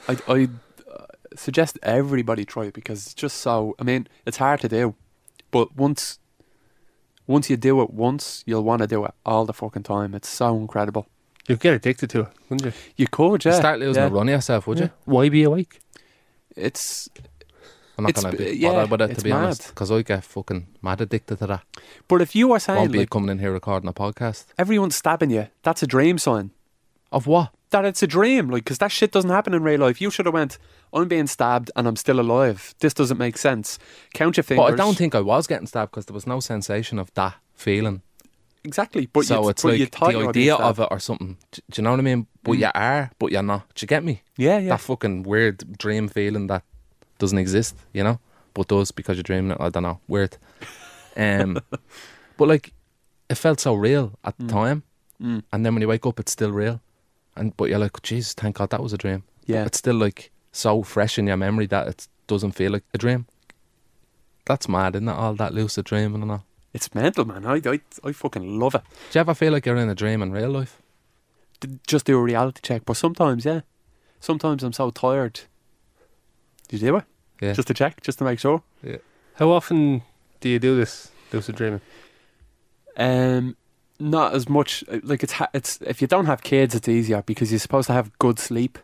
Speaker 3: I I uh, suggest everybody try it because it's just so. I mean, it's hard to do, but once once you do it once, you'll want to do it all the fucking time. It's so incredible.
Speaker 6: You'd get addicted to it, wouldn't you?
Speaker 3: You could,
Speaker 2: You
Speaker 3: yeah.
Speaker 2: start losing
Speaker 3: yeah.
Speaker 2: a run of yourself, would you? Why be awake?
Speaker 3: It's
Speaker 2: I'm not
Speaker 3: It's
Speaker 2: gonna
Speaker 3: b-
Speaker 2: be
Speaker 3: yeah,
Speaker 2: bothered with it
Speaker 3: it's
Speaker 2: to be
Speaker 3: mad.
Speaker 2: honest, because I get fucking mad addicted to that.
Speaker 3: but if you were
Speaker 2: Won't
Speaker 3: saying
Speaker 2: be
Speaker 3: like,
Speaker 2: coming in here recording a podcast
Speaker 3: everyone's stabbing you, that's a dream sign.
Speaker 2: of what?
Speaker 3: That it's a dream, like because that shit doesn't happen in real life. You should have went, I'm being stabbed and I'm still alive. This doesn't make sense. Count your fingers.
Speaker 2: But I don't think I was getting stabbed because there was no sensation of that feeling.
Speaker 3: exactly. But
Speaker 2: so
Speaker 3: you,
Speaker 2: it's
Speaker 3: but you
Speaker 2: like
Speaker 3: thought you
Speaker 2: the
Speaker 3: were Mm.
Speaker 2: idea
Speaker 3: being
Speaker 2: of
Speaker 3: stabbed.
Speaker 2: it or something. Do, do you know what I mean? But you are, but you're not. Do you get me?
Speaker 3: Yeah, yeah.
Speaker 2: That fucking weird dream feeling that doesn't exist, you know, but does because you're dreaming it. I don't know. Weird. Um, but like, it felt so real at
Speaker 3: Mm.
Speaker 2: the time, and then when you wake up, it's still real. And but you're like, Jesus, thank God that was a dream.
Speaker 3: Yeah.
Speaker 2: But it's still like so fresh in your memory that it doesn't feel like a dream. That's mad, isn't it? All that lucid dreaming and all.
Speaker 3: It's mental, man. I, I, I fucking love it.
Speaker 2: Do you ever feel like you're in a dream in real life?
Speaker 3: D- Just do a reality check. But sometimes, yeah. Sometimes I'm so tired. Do you do it?
Speaker 2: Yeah.
Speaker 3: Just to check, just to make sure.
Speaker 6: How often do you do this lucid dreaming?
Speaker 3: Um, not as much. uh, Like it's ha- it's if you don't have kids, it's easier because you're supposed to have good sleep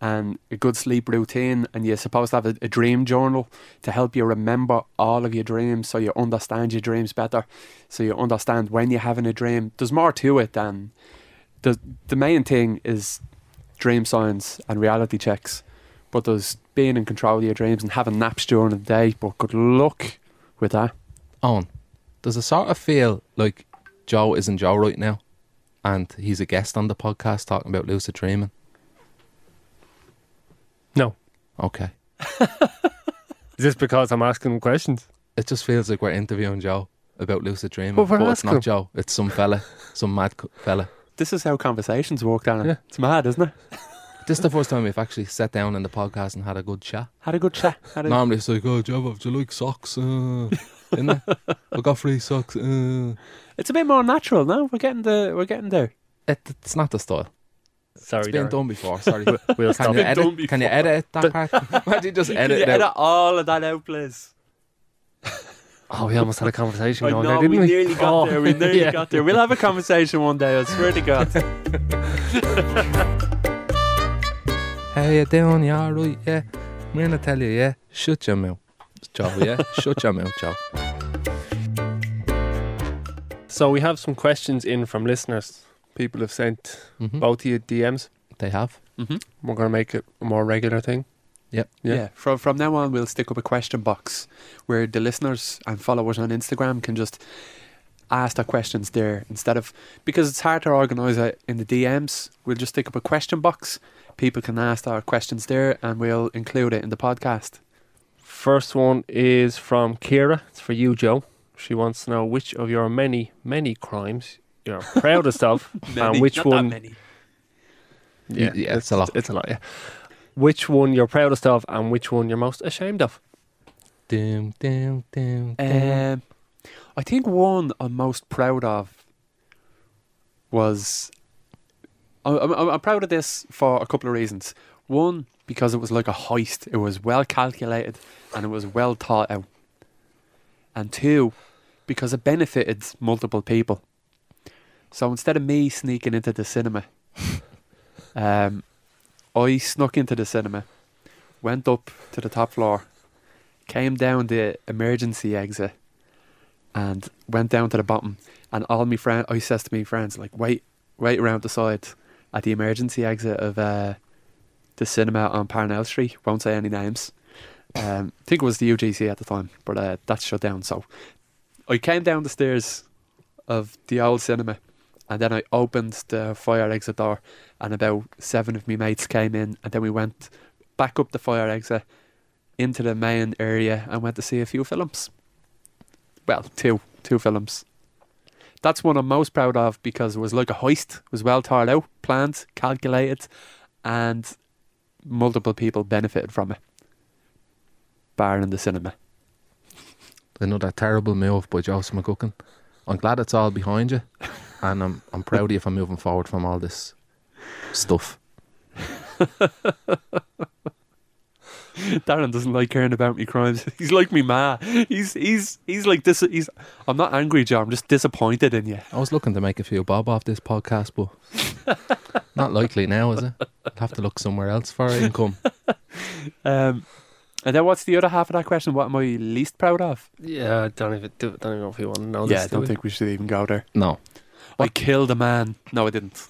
Speaker 3: and a good sleep routine, and you're supposed to have a, a dream journal to help you remember all of your dreams, so you understand your dreams better, so you understand when you're having a dream. There's more to it than the the main thing is dream science and reality checks, but there's being in control of your dreams and having naps during the day. But good luck with that.
Speaker 2: Owen, does it sort of feel like Joe isn't Joe right now? And he's a guest on the podcast talking about lucid dreaming.
Speaker 6: No.
Speaker 2: Okay.
Speaker 6: Is this because I'm asking him questions?
Speaker 2: It just feels like we're interviewing Joe about lucid dreaming.
Speaker 6: Well, we're
Speaker 2: but it's
Speaker 6: asking him.
Speaker 2: not Joe, it's some fella, some mad c- fella.
Speaker 3: This is how conversations work, Darren.
Speaker 6: Yeah.
Speaker 3: It's mad, isn't it?
Speaker 2: This is the first time we've actually sat down in the podcast and had a good chat.
Speaker 3: Had a good chat. Had a
Speaker 2: Normally it's like, oh, Joe, do you like socks? Uh, isn't it? I got free socks. Uh.
Speaker 3: It's a bit more natural now. We're getting the we're getting there.
Speaker 2: It, it's not the style.
Speaker 6: Sorry,
Speaker 2: It's been
Speaker 6: Darren.
Speaker 2: done before. Sorry. Can
Speaker 6: We'll stop
Speaker 2: you
Speaker 6: it.
Speaker 3: done
Speaker 2: edit? Can you edit that part? Why do you just edit
Speaker 3: Can you
Speaker 2: it? out?
Speaker 3: edit all of that out, please?
Speaker 6: Oh, we almost had a conversation
Speaker 3: I
Speaker 6: going
Speaker 3: know
Speaker 6: there,
Speaker 3: we,
Speaker 6: didn't we?
Speaker 3: nearly got
Speaker 6: Oh,
Speaker 3: there. We nearly
Speaker 6: yeah.
Speaker 3: got there. We'll have a conversation one day. I swear to God.
Speaker 2: How you doing? You alright? Yeah. I'm gonna tell you, yeah. Shut your mouth. Joe, yeah. Shut your mouth, Joe.
Speaker 6: So we have some questions in from listeners. People have sent
Speaker 2: Mhm.
Speaker 6: both of you DMs.
Speaker 2: They have.
Speaker 6: We're going to make it a more regular thing.
Speaker 3: yeah.
Speaker 6: Mm-hmm. Yeah.
Speaker 3: From from now on, we'll stick up a question box where the listeners and followers on Instagram can just ask their questions there instead of because it's hard to organise it in the DMs. We'll just stick up a question box. People can ask their questions there, and we'll include it in the podcast.
Speaker 6: First one is from Kira. It's for you, Joe. She wants to know which of your many, many crimes you're proudest of, and Uh, which one.
Speaker 3: many.
Speaker 2: Yeah, yeah, it's a lot.
Speaker 6: It's a lot. Yeah. Which one you're proudest of, and which one you're most ashamed of?
Speaker 2: Doom, doom, doom, doom.
Speaker 3: Um, I think one I'm most proud of was I- I'm, I'm, I'm proud of this for a couple of reasons. One, because it was like a heist; it was well calculated and it was well thought out. And two, because it benefited multiple people. So instead of me sneaking into the cinema, um, I snuck into the cinema, went up to the top floor, came down the emergency exit and went down to the bottom and all my friend I says to me friends like wait wait around the side at the emergency exit of uh, the cinema on Parnell Street won't say any names um, I think it was the UGC at the time but uh, that's shut down so I came down the stairs of the old cinema and then I opened the fire exit door and about seven of my mates came in and then we went back up the fire exit into the main area and went to see a few films. Well, two two films. That's one I'm most proud of because it was like a heist. It was well thought out, planned, calculated, and multiple people benefited from it. Bar in the cinema.
Speaker 2: Another terrible move by Joseph McGuckin. I'm glad it's all behind you, and I'm I'm proud of you for moving forward from all this stuff.
Speaker 3: Darren doesn't like hearing about me crimes. He's like me ma. He's he's he's like this. He's I'm not angry, Joe. I'm just disappointed in you.
Speaker 2: I was looking to make a few bob off this podcast, but not likely now, is it? I'll have to look somewhere else for income.
Speaker 3: Um, and then what's the other half of that question? What am I least proud of?
Speaker 6: Yeah, I don't even do, don't even know if we want to know
Speaker 3: yeah,
Speaker 6: this.
Speaker 3: I
Speaker 6: do
Speaker 3: don't
Speaker 6: we?
Speaker 3: think we should even go there.
Speaker 2: No.
Speaker 3: I killed a man. No, I didn't.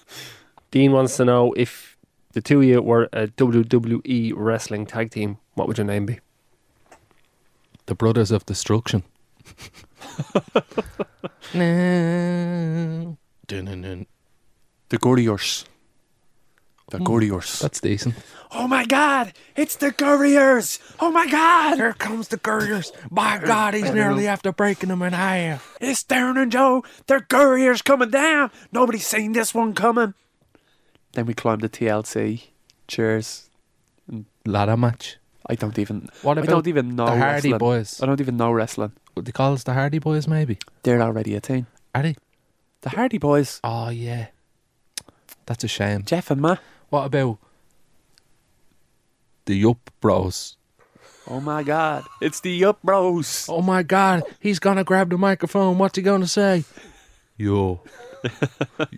Speaker 6: Dean wants to know if the two of you were a WWE wrestling tag team, what would your name be?
Speaker 2: The Brothers of Destruction. No. Dun-dun-dun.
Speaker 3: The Gordiors. The
Speaker 2: Hmm.
Speaker 3: Gordiors.
Speaker 2: That's decent.
Speaker 3: Oh my God! It's the Gordiors! Oh my God!
Speaker 2: Here comes the couriers. My God, he's nearly after breaking them in half.
Speaker 3: It's Darren and Joe. They're couriers coming down. Nobody's seen this one coming. Then we climbed the TLC. Cheers.
Speaker 2: Ladder match.
Speaker 3: I don't even.
Speaker 2: What
Speaker 3: I
Speaker 2: about
Speaker 3: don't even know
Speaker 2: the Hardy
Speaker 3: wrestling.
Speaker 2: Boys?
Speaker 3: I don't even know wrestling.
Speaker 2: What they call us the Hardy Boys, maybe?
Speaker 3: They're already a team.
Speaker 2: Are they?
Speaker 3: The Hardy Boys.
Speaker 2: Oh yeah. That's a shame.
Speaker 3: Jeff and Matt.
Speaker 2: What about the Yup Bros?
Speaker 3: Oh my God! It's the Up Bros.
Speaker 2: Oh my God, he's gonna grab the microphone. What's he gonna say? Yo,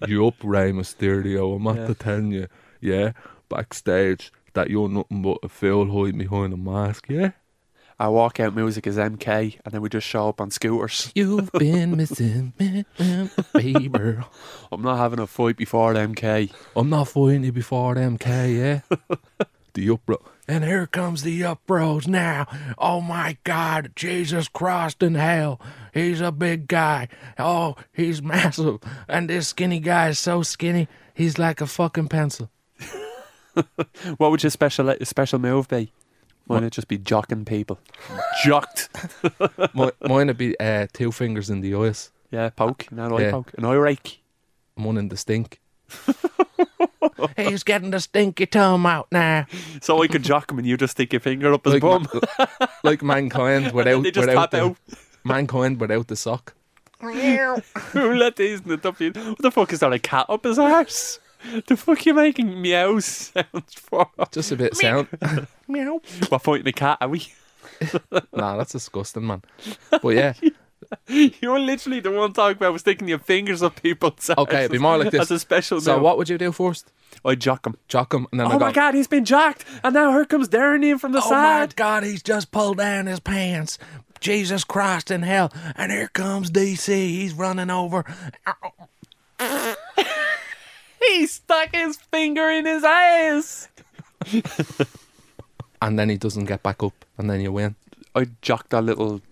Speaker 2: Yup Rey Mysterio. I'm
Speaker 3: Yeah.
Speaker 2: after telling you, yeah, backstage that you're nothing but a fool hiding behind a mask, yeah.
Speaker 3: Our walkout music is MK, and then we just show up on scooters.
Speaker 2: You've been missing me, baby.
Speaker 3: I'm not having a fight before MK.
Speaker 2: I'm not fighting you before them, K, yeah? the upro. And here comes the upros now. Oh my God, Jesus Christ in hell. He's a big guy. Oh, he's massive. And this skinny guy is so skinny, he's like a fucking pencil.
Speaker 3: What would your special special move be? Wouldn't it just be jocking people? Jocked.
Speaker 2: Mine would be uh, two fingers in the ice,
Speaker 3: Yeah, poke. An eye
Speaker 2: Yeah.
Speaker 3: poke. An eye rake.
Speaker 2: one in the stink. he's getting the stinky tongue out now.
Speaker 3: So I could jock him and you just stick your finger up his bum.
Speaker 2: like mankind without,
Speaker 3: they just
Speaker 2: without
Speaker 3: tap
Speaker 2: the,
Speaker 3: out.
Speaker 2: mankind without the sock.
Speaker 3: Who let these in the W? What the fuck is that? A cat up his arse? The fuck you making meow sounds for?
Speaker 2: Just a bit sound.
Speaker 3: Meow. We're fighting a cat, are we?
Speaker 2: Nah, that's disgusting, man. But yeah,
Speaker 3: You're literally the one talking about sticking your fingers up people's arses.
Speaker 2: okay, it'd be more like this.
Speaker 3: That's a special
Speaker 2: So
Speaker 3: move.
Speaker 2: what would you do first?
Speaker 3: I jock him.
Speaker 2: Jock him, and then I
Speaker 3: oh
Speaker 2: go.
Speaker 3: my god, he's been jocked! And now here comes Darren in from the side.
Speaker 2: Oh God! He's just pulled down his pants. Jesus Christ in hell! And here comes DC. He's running over.
Speaker 3: He stuck his finger in his ass!
Speaker 2: And then he doesn't get back up, and then you win.
Speaker 3: I jock that little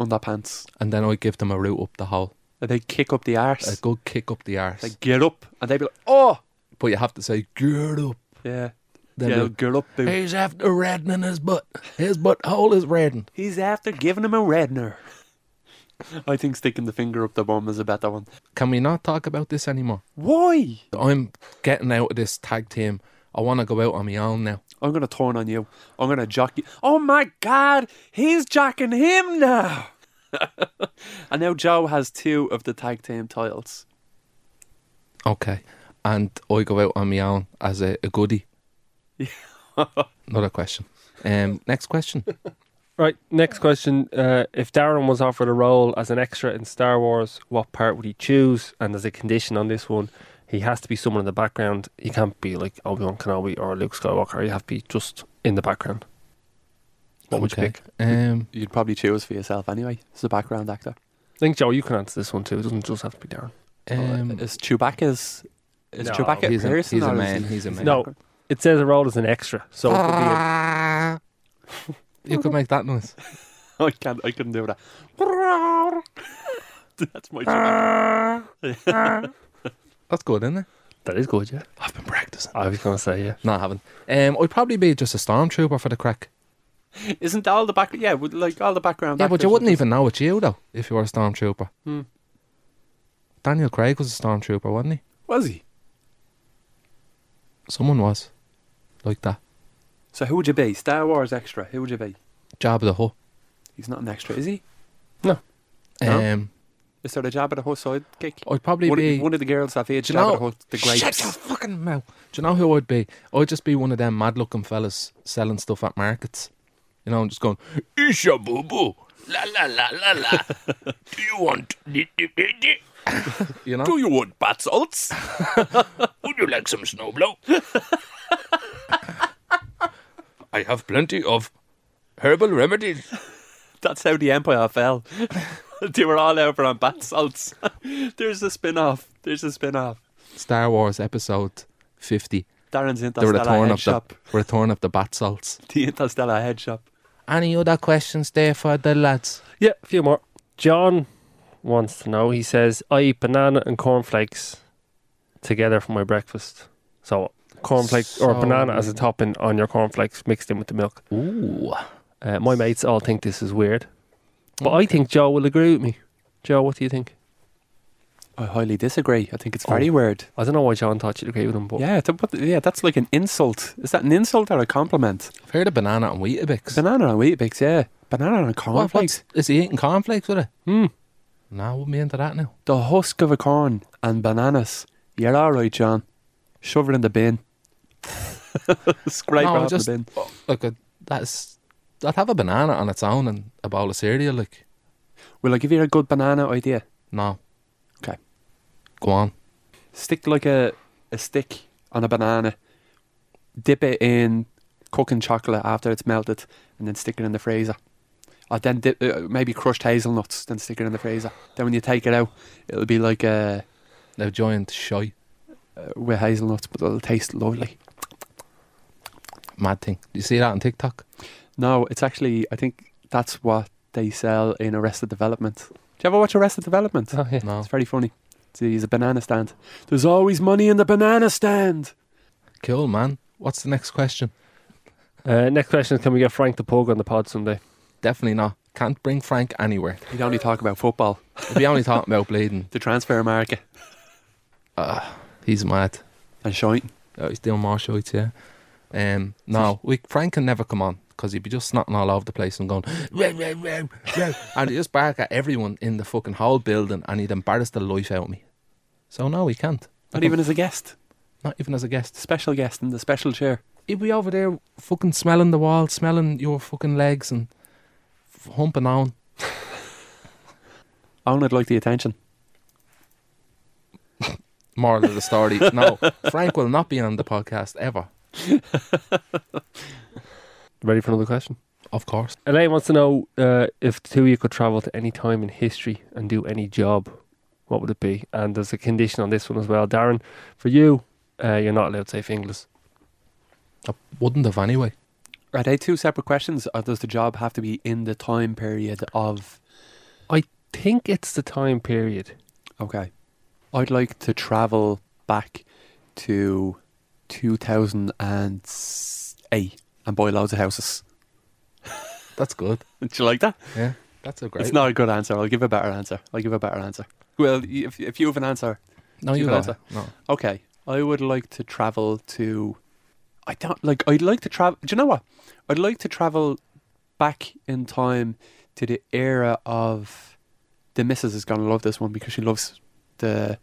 Speaker 3: underpants.
Speaker 2: And then I give them a route up the hole,
Speaker 3: And they kick up the
Speaker 2: a
Speaker 3: arse.
Speaker 2: good kick up the arse.
Speaker 3: They get up and they be like, oh!
Speaker 2: but you have to say, "Gird up."
Speaker 3: Yeah.
Speaker 2: Then
Speaker 3: yeah,
Speaker 2: they'll-
Speaker 3: they'll girl up. Boo.
Speaker 2: He's after reddening his butt. His butthole is reddened.
Speaker 3: He's after giving him a redner. I think sticking the finger up the bum is a better one.
Speaker 2: Can we not talk about this anymore?
Speaker 3: Why?
Speaker 2: I'm getting out of this tag team. I want to go out on my own now.
Speaker 3: I'm gonna turn on you. I'm gonna jock you. Oh my god, he's jocking him now. and now Joe has two of the tag team titles.
Speaker 2: Okay. And I go out on my own as a, a goodie. Another question. Um, next question.
Speaker 6: Right, next question. Uh, if Darren was offered a role as an extra in Star Wars, what part would he choose? And there's a condition on this one. He has to be someone in the background. He can't be like Obi-Wan Kenobi or Luke Skywalker. You have to be just in the background. What would you
Speaker 2: Okay.
Speaker 6: pick?
Speaker 2: Um,
Speaker 3: You'd probably choose for yourself anyway. As a background actor,
Speaker 6: I think, Joe, you can answer this one too. It doesn't just have to be Darren.
Speaker 2: um,
Speaker 3: is Chewbacca's? Is
Speaker 6: No,
Speaker 3: Chewbacca
Speaker 2: he's a-
Speaker 3: person?
Speaker 2: he's a
Speaker 3: or is
Speaker 2: man,
Speaker 3: he-
Speaker 2: he's a
Speaker 3: is he
Speaker 2: man.
Speaker 6: No,
Speaker 3: background?
Speaker 6: it says a role as an extra. So it could be
Speaker 2: Ah.
Speaker 6: a-
Speaker 2: you could make that noise.
Speaker 3: I can't. I couldn't do that. That's my. Chewbacca.
Speaker 2: That's good, isn't it?
Speaker 6: that is good, yeah.
Speaker 2: I've been practicing.
Speaker 6: I was going to say, yeah.
Speaker 2: No, I haven't. Um, I'd probably be just a stormtrooper for the crack.
Speaker 3: Isn't all the back? Yeah, with, like all the background.
Speaker 2: Yeah, but you
Speaker 3: actors
Speaker 2: wouldn't e-
Speaker 3: would
Speaker 2: even know it's you though if you were a stormtrooper. Daniel Craig was a stormtrooper, wasn't he?
Speaker 3: just- Was he?
Speaker 2: Someone was like that.
Speaker 3: So who would you be? Star Wars extra. Who would you be?
Speaker 2: Jabba the Hutt.
Speaker 3: He's not an extra, is he?
Speaker 2: Um,
Speaker 3: No? Is there the Jabba the Hutt side kick?
Speaker 2: I'd probably
Speaker 3: one,
Speaker 2: be.
Speaker 3: of, one of the girls that age
Speaker 2: Do
Speaker 3: Jabba
Speaker 2: you know-
Speaker 3: the Hutt, the great.
Speaker 2: Shut your fucking mouth. Do you know who I'd be? I'd just be one of them mad looking fellas selling stuff at markets. You know, I'm just going,
Speaker 5: Isha boo boo. La la la la la. Do you want. Do
Speaker 2: you know?
Speaker 5: you want bat salts? Would you like some snowblow? I have plenty of herbal remedies.
Speaker 3: That's how the Empire fell. they were all over on bath salts. There's a spin off. There's a spin off.
Speaker 2: Star Wars episode 50.
Speaker 3: Darren's
Speaker 2: The
Speaker 3: Interstellar
Speaker 2: return, of
Speaker 3: Head
Speaker 2: the,
Speaker 3: Shop.
Speaker 2: return of the Bat Salts.
Speaker 3: The Interstellar Head Shop.
Speaker 2: Any other questions there for the lads?
Speaker 6: Yeah, a few more. John wants to know. He says, I eat banana and cornflakes together for my breakfast. So, cornflakes or
Speaker 2: So-
Speaker 6: banana as a topping on your cornflakes mixed in with the milk.
Speaker 2: Ooh.
Speaker 6: Uh, my mates all think this is weird. But I think Joe will agree with me. Joe, what do you think?
Speaker 3: I highly disagree. I
Speaker 2: Oh,
Speaker 3: think it's very weird.
Speaker 6: I don't know why John thought you'd agree with him, but
Speaker 3: Yeah, th- but- yeah, that's like an insult. Is that an insult or a compliment?
Speaker 2: I've heard of banana and Weetabix.
Speaker 3: Banana on Weetabix, yeah. Banana on
Speaker 2: What,
Speaker 3: cornflakes.
Speaker 2: what's, is he eating cornflakes with it?
Speaker 6: Hmm.
Speaker 2: No, I wouldn't be into that now.
Speaker 3: The husk of a corn and bananas. You're all right, John. Shove it in the bin. Scrape
Speaker 2: No,
Speaker 3: it off
Speaker 2: just-
Speaker 3: the bin.
Speaker 2: Like, a, that's. I'd have a banana on its own and a bowl of cereal. Like,
Speaker 3: Will I give you a good banana idea?
Speaker 2: no.
Speaker 3: Okay.
Speaker 2: Go on.
Speaker 3: Stick like a, a stick on a banana. Dip it in cooking chocolate after it's melted, and then stick it in the freezer. Or then dip, uh, maybe crushed hazelnuts, then stick it in the freezer. Then when you take it out, it'll be like a
Speaker 2: Now, giant shy.
Speaker 3: uh, with hazelnuts, but it'll taste lovely.
Speaker 2: Mad thing. Do you see that on TikTok?
Speaker 3: No, it's actually I think that's what they sell in Arrested Development. Do you ever watch Arrested Development?
Speaker 6: Oh, yeah.
Speaker 2: No.
Speaker 3: It's very funny. There's a banana stand. There's always money in the banana stand.
Speaker 2: Cool, man. What's the next question?
Speaker 6: Uh, next question is Can we get Frank the Pug on the pod someday?
Speaker 2: Definitely not. Can't bring Frank anywhere.
Speaker 3: You'd only talk about football,
Speaker 2: We only talking about bleeding. Ah,
Speaker 3: the transfer market,
Speaker 2: He's mad.
Speaker 3: and shite.
Speaker 2: Oh, he's doing more shows, yeah. Um, no, we, Frank can never come on because he'd be just snotting all over the place and going, "Wow, wow, wow, wow," and he'd just bark at everyone in the fucking whole building and he'd embarrass the life out of me. So, no, he can't.
Speaker 3: Not even as a guest,
Speaker 2: Not even as a guest.
Speaker 3: special guest in the special chair.
Speaker 2: He'd be over there fucking smelling the wall, smelling your fucking legs and f- humping on.
Speaker 3: I would like the attention.
Speaker 2: Moral of the story. no, Frank will not be on the podcast ever.
Speaker 6: Ready for another question?
Speaker 2: Of course.
Speaker 6: Elaine wants to know uh, if the two of you could travel to any time in history and do any job, what would it be? And there's a condition on this one as well, Darren. For you, uh, you're not allowed to say fingers.
Speaker 2: I wouldn't have anyway.
Speaker 3: Are they two separate questions, or does the job have to be in the time period of?
Speaker 6: I think it's the time period.
Speaker 3: Okay, I'd like to travel back to 2008 and buy loads of houses.
Speaker 2: That's good.
Speaker 3: Do you like that?
Speaker 2: Yeah, that's a great.
Speaker 3: It's not a good answer. I'll give a better answer. I'll give a better answer. Well, y- if, if you have an answer,
Speaker 2: No,
Speaker 3: you
Speaker 2: you
Speaker 3: can
Speaker 2: got it. No.
Speaker 3: okay. I would like to travel to. I don't like. I'd like to travel. Do you know what? I'd like to travel back in time to the era of. The missus is gonna love this one because she loves the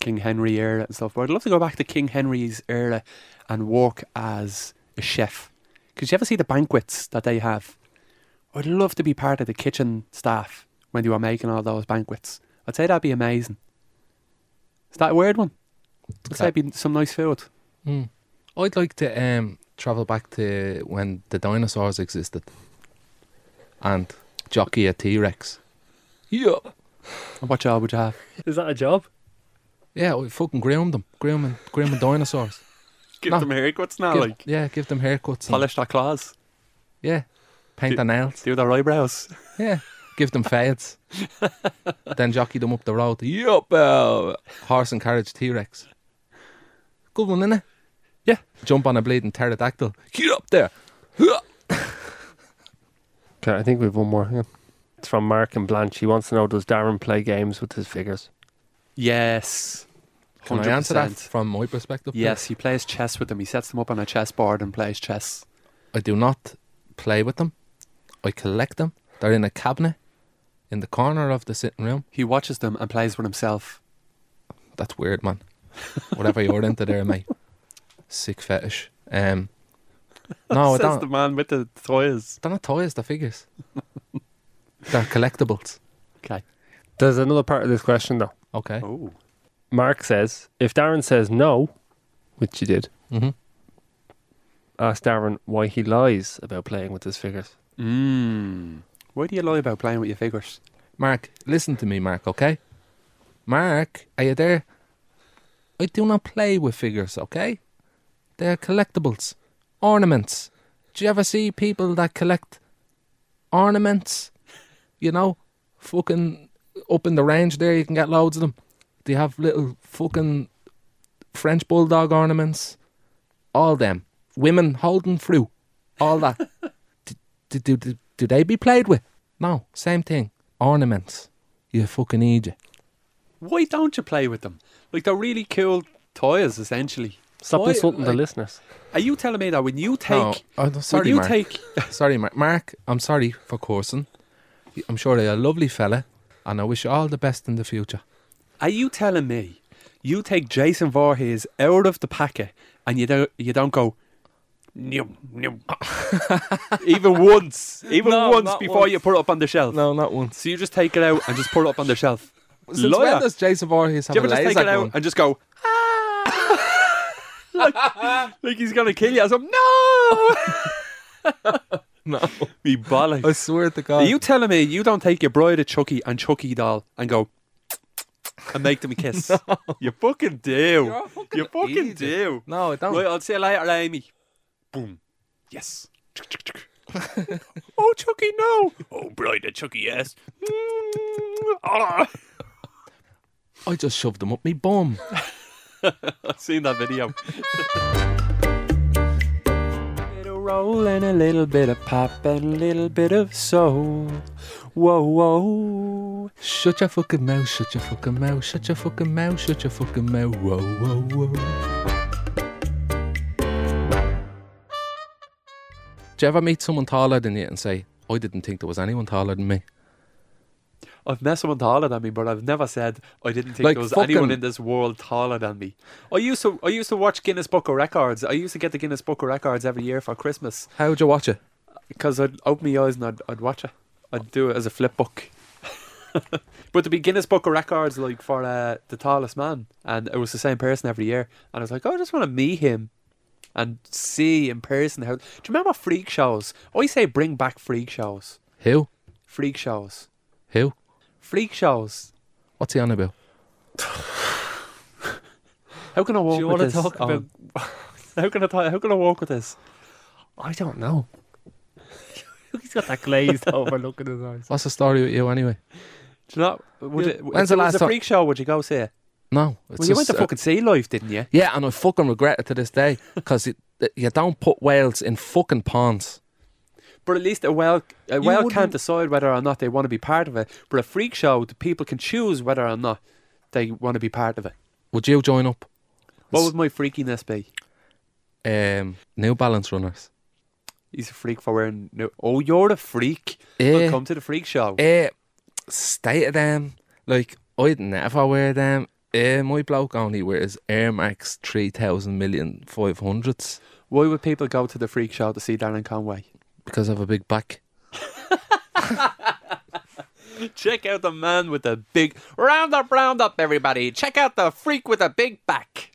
Speaker 3: King Henry era and stuff. But I'd love to go back to King Henry's era and work as a chef. Because you ever see the banquets that they have? I'd love to be part of the kitchen staff when you are making all those banquets. I'd say that'd be amazing. Is that a weird one? I'd say it'd be some nice food.
Speaker 5: Hmm.
Speaker 2: Mm. I'd like to um, travel back to when the dinosaurs existed and jockey a T Rex.
Speaker 5: Yeah.
Speaker 3: And what job would you have?
Speaker 6: Is that a job?
Speaker 2: Yeah, we fucking groom them, grooming, grooming dinosaurs.
Speaker 3: Give
Speaker 2: No.
Speaker 3: them haircuts now,
Speaker 2: Give-
Speaker 3: like
Speaker 2: yeah, give them haircuts. and-
Speaker 3: polish their claws,
Speaker 2: yeah, paint
Speaker 3: Do-
Speaker 2: their nails.
Speaker 3: do their eyebrows.
Speaker 2: Yeah, give them fades. then jockey them up the road. Yeah,
Speaker 5: Yup. Uh,
Speaker 2: Horse and carriage T Rex. Good one, innit?
Speaker 3: Yeah.
Speaker 2: Jump on a bleeding pterodactyl.
Speaker 5: get up there. Huh.
Speaker 6: Okay, I think we have one more. Hang on. It's from Mark and Blanche. He wants to know Does Darren play games with his figures?
Speaker 3: Yes.
Speaker 2: Can I answer that from my perspective? please?
Speaker 3: Yes, he plays chess with them. He sets them up on a chessboard and plays chess.
Speaker 2: I do not play with them. I collect them. They're in a cabinet. in the corner of the sitting room.
Speaker 3: He watches them and plays with himself.
Speaker 2: That's weird, man. Whatever you're into there, mate. Sick fetish. Um, no, Oh, I
Speaker 3: Says
Speaker 2: don't.
Speaker 3: the man with the toys.
Speaker 2: They're not toys, they're figures. they're collectibles.
Speaker 3: Okay.
Speaker 6: There's another part of this question though.
Speaker 2: Okay.
Speaker 3: Oh.
Speaker 6: Mark says, if Darren says no, which you did,
Speaker 2: Mhm.
Speaker 6: ask Darren why he lies about playing with his figures.
Speaker 3: Mm. Why do you lie about playing with your figures?
Speaker 2: Mark, listen to me, Mark, okay? Mark, are you there? I do not play with figures, okay? They're collectibles, ornaments. Do you ever see people that collect ornaments? You know, fucking up in the range there, you can get loads of them. They have little fucking French bulldog ornaments. All them. Women holding fruit. All that. do, do, do- do, do they be played with? No, same thing. Ornaments. You fucking idiot.
Speaker 3: Why don't you play with them? Like they're really cool toys, essentially.
Speaker 6: Stop
Speaker 3: Why-
Speaker 6: insulting the
Speaker 3: like-
Speaker 6: listeners.
Speaker 3: Are you telling me that when you take,
Speaker 2: No, oh, no, sorry,
Speaker 3: when you
Speaker 2: Mark.
Speaker 3: take,
Speaker 2: sorry, Mark. Mark, I'm sorry for coursing. I'm sure you're a lovely fella, and I wish you all the best in the future.
Speaker 3: are you telling me, you take Jason Voorhees out of the packet and you don't, you don't go,
Speaker 5: Nyum, nyum.
Speaker 3: even once, even
Speaker 2: No,
Speaker 3: once
Speaker 2: not
Speaker 3: before
Speaker 2: once.
Speaker 3: you put it up on the shelf.
Speaker 2: not once.
Speaker 3: So you just take it out and just put it up on the shelf.
Speaker 2: Since
Speaker 3: Liar.
Speaker 2: when does Jason Voorhees have
Speaker 3: Do you
Speaker 2: a
Speaker 3: ever just take
Speaker 2: laser
Speaker 3: it out
Speaker 2: gun?
Speaker 3: and just go, ah? like, like he's gonna kill you? I was like, no,
Speaker 2: No,
Speaker 3: me
Speaker 2: I
Speaker 3: bollocks.
Speaker 2: swear to
Speaker 3: Are
Speaker 2: God.
Speaker 3: you telling me you don't take your bride a Chucky and Chucky doll and go and make them kiss? You fucking do.
Speaker 2: You're a fucking
Speaker 3: you fucking
Speaker 2: idiot.
Speaker 3: do.
Speaker 2: No, I don't.
Speaker 3: Right, I'll see you later, Amy. Boom. Yes. oh, Chucky, no.
Speaker 5: Oh, bride, a chucky ass.
Speaker 3: Ah,
Speaker 2: I just shoved them up me bum.
Speaker 3: I've seen that video. little roll and a little bit of pop and a little bit of soul. Whoa, whoa.
Speaker 2: Shut your fucking mouth, shut your fucking mouth, shut your fucking mouth, shut your fucking mouth. Whoa, whoa, whoa. Do you ever meet someone taller than you and say, I didn't think there was anyone taller than me?
Speaker 3: I've met someone taller than me, but I've never said I didn't think
Speaker 2: Like,
Speaker 3: there was
Speaker 2: fucking-
Speaker 3: anyone in this world taller than me. I used to I used to watch Guinness Book of Records. I used to get the Guinness Book of Records every year for Christmas
Speaker 2: How'd you watch it?
Speaker 3: because I'd open my eyes and I'd, I'd watch it. I'd do it as a flip book. but to be Guinness Book of Records, like for uh, the tallest man, and it was the same person every year, and I was like, oh, I just want to meet him and see in person how. Do you remember freak shows? I say bring back freak shows.
Speaker 2: Who?
Speaker 3: Freak shows.
Speaker 2: Who?
Speaker 3: Freak shows.
Speaker 2: What's he on about?
Speaker 3: How can I walk
Speaker 6: Do you
Speaker 3: with
Speaker 6: want to
Speaker 3: this? Oh.
Speaker 6: talk
Speaker 3: Owen?
Speaker 6: about?
Speaker 3: How can I talk, how can I walk with this?
Speaker 6: I don't know. He's got that glazed over look in his eyes.
Speaker 2: What's the story with you anyway?
Speaker 3: Do you not? Would
Speaker 6: Yeah.
Speaker 3: it,
Speaker 2: When's
Speaker 3: if
Speaker 2: the
Speaker 3: it was
Speaker 2: last
Speaker 3: a
Speaker 2: time-
Speaker 3: freak show? Would you go see it?
Speaker 2: No. It's
Speaker 3: Well, you went
Speaker 2: just,
Speaker 3: to
Speaker 2: uh,
Speaker 3: fucking Sea Life, didn't you?
Speaker 2: yeah, and I fucking regret it to this day because you don't put whales in fucking ponds.
Speaker 3: But at least a well a well can't
Speaker 6: wouldn't-
Speaker 3: decide whether or not they want to be part of it. But a freak show, the people can choose whether or not they want to be part of it.
Speaker 2: Would you join up?
Speaker 3: What
Speaker 2: It's-
Speaker 3: would my freakiness be?
Speaker 2: Um, New Balance runners.
Speaker 3: He's a freak for wearing. No, oh, you're a freak.
Speaker 2: Yeah.
Speaker 3: Well, come to the freak show.
Speaker 2: Eh, state of them. Like, I'd never wear them. Eh, my bloke only wears Air Max 3000 million 500s
Speaker 3: Why would people go to the freak show to see Darren Conway?
Speaker 2: because I have a big back.
Speaker 3: Check out the man with the big round up, round up, everybody. Check out the freak with a big back.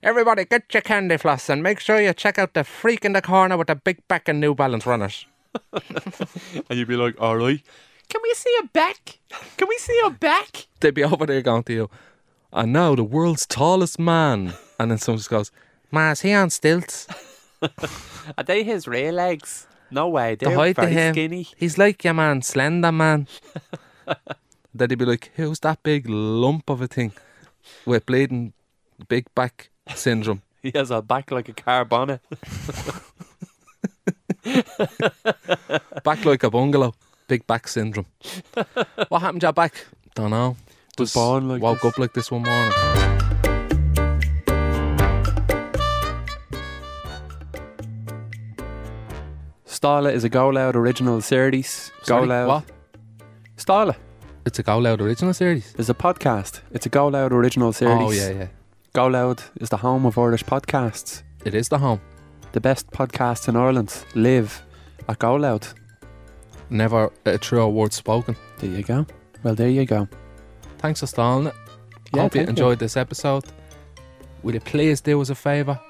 Speaker 2: Everybody, get your candy floss and make sure you check out the freak in the corner with the big back and New Balance runners.
Speaker 3: And you'd be like, all right. Can we see a back? Can we see a back?
Speaker 2: They'd be over there going to you, and now the world's tallest man. And then someone just goes, Ma, is he on stilts?
Speaker 3: Are they his real legs? No way.
Speaker 2: The
Speaker 3: They're
Speaker 2: height
Speaker 3: very
Speaker 2: of him.
Speaker 3: skinny.
Speaker 2: He's like your man, Slender Man. then he'd be like, Who's that big lump of a thing with bleeding big back syndrome?
Speaker 3: He has a back like a car bonnet.
Speaker 2: Back like a bungalow. Big back syndrome. what happened to your back? Don't know.
Speaker 3: Was born like
Speaker 2: woke
Speaker 3: this.
Speaker 2: up like this one morning.
Speaker 3: Starlet is a Go Loud original series.
Speaker 2: Sorry,
Speaker 3: Go Loud.
Speaker 2: What?
Speaker 3: Style it.
Speaker 2: It's a Go Loud original series.
Speaker 3: It's a podcast. It's a Go Loud original series.
Speaker 2: Oh yeah, yeah.
Speaker 3: Go Loud is the home of Irish podcasts.
Speaker 2: It is the home.
Speaker 3: The best podcasts in Ireland live at Go Loud.
Speaker 2: Never a true word spoken.
Speaker 3: There you go. Well, there you go.
Speaker 2: Thanks for stalling it.
Speaker 3: Yeah,
Speaker 2: Hope you
Speaker 3: thank you.
Speaker 2: enjoyed this episode. Will you please do us a favour?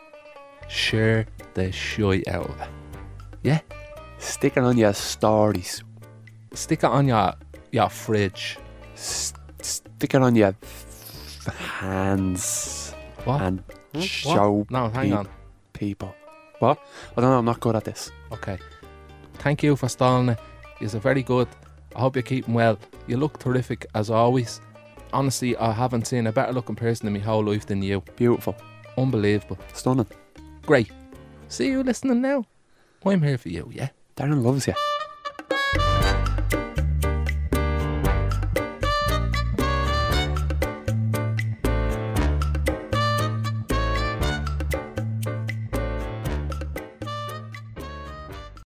Speaker 2: Share the shit out of it.
Speaker 3: Stick it on your stories.
Speaker 2: Stick it on your your fridge.
Speaker 3: S- stick it on your f- hands
Speaker 2: What?
Speaker 3: and
Speaker 2: What?
Speaker 3: show
Speaker 2: no, hang
Speaker 3: pe-
Speaker 2: on.
Speaker 3: people. What? I don't know. I'm not good at this.
Speaker 2: Okay. Thank you for stalling it. You're very good. I hope you're keeping well. You look terrific as always. Honestly, I haven't seen a better looking person in my whole life than you.
Speaker 3: Beautiful.
Speaker 2: Unbelievable.
Speaker 3: Stunning.
Speaker 2: Great. See you listening now. I'm here for you, yeah?
Speaker 3: Darren loves you.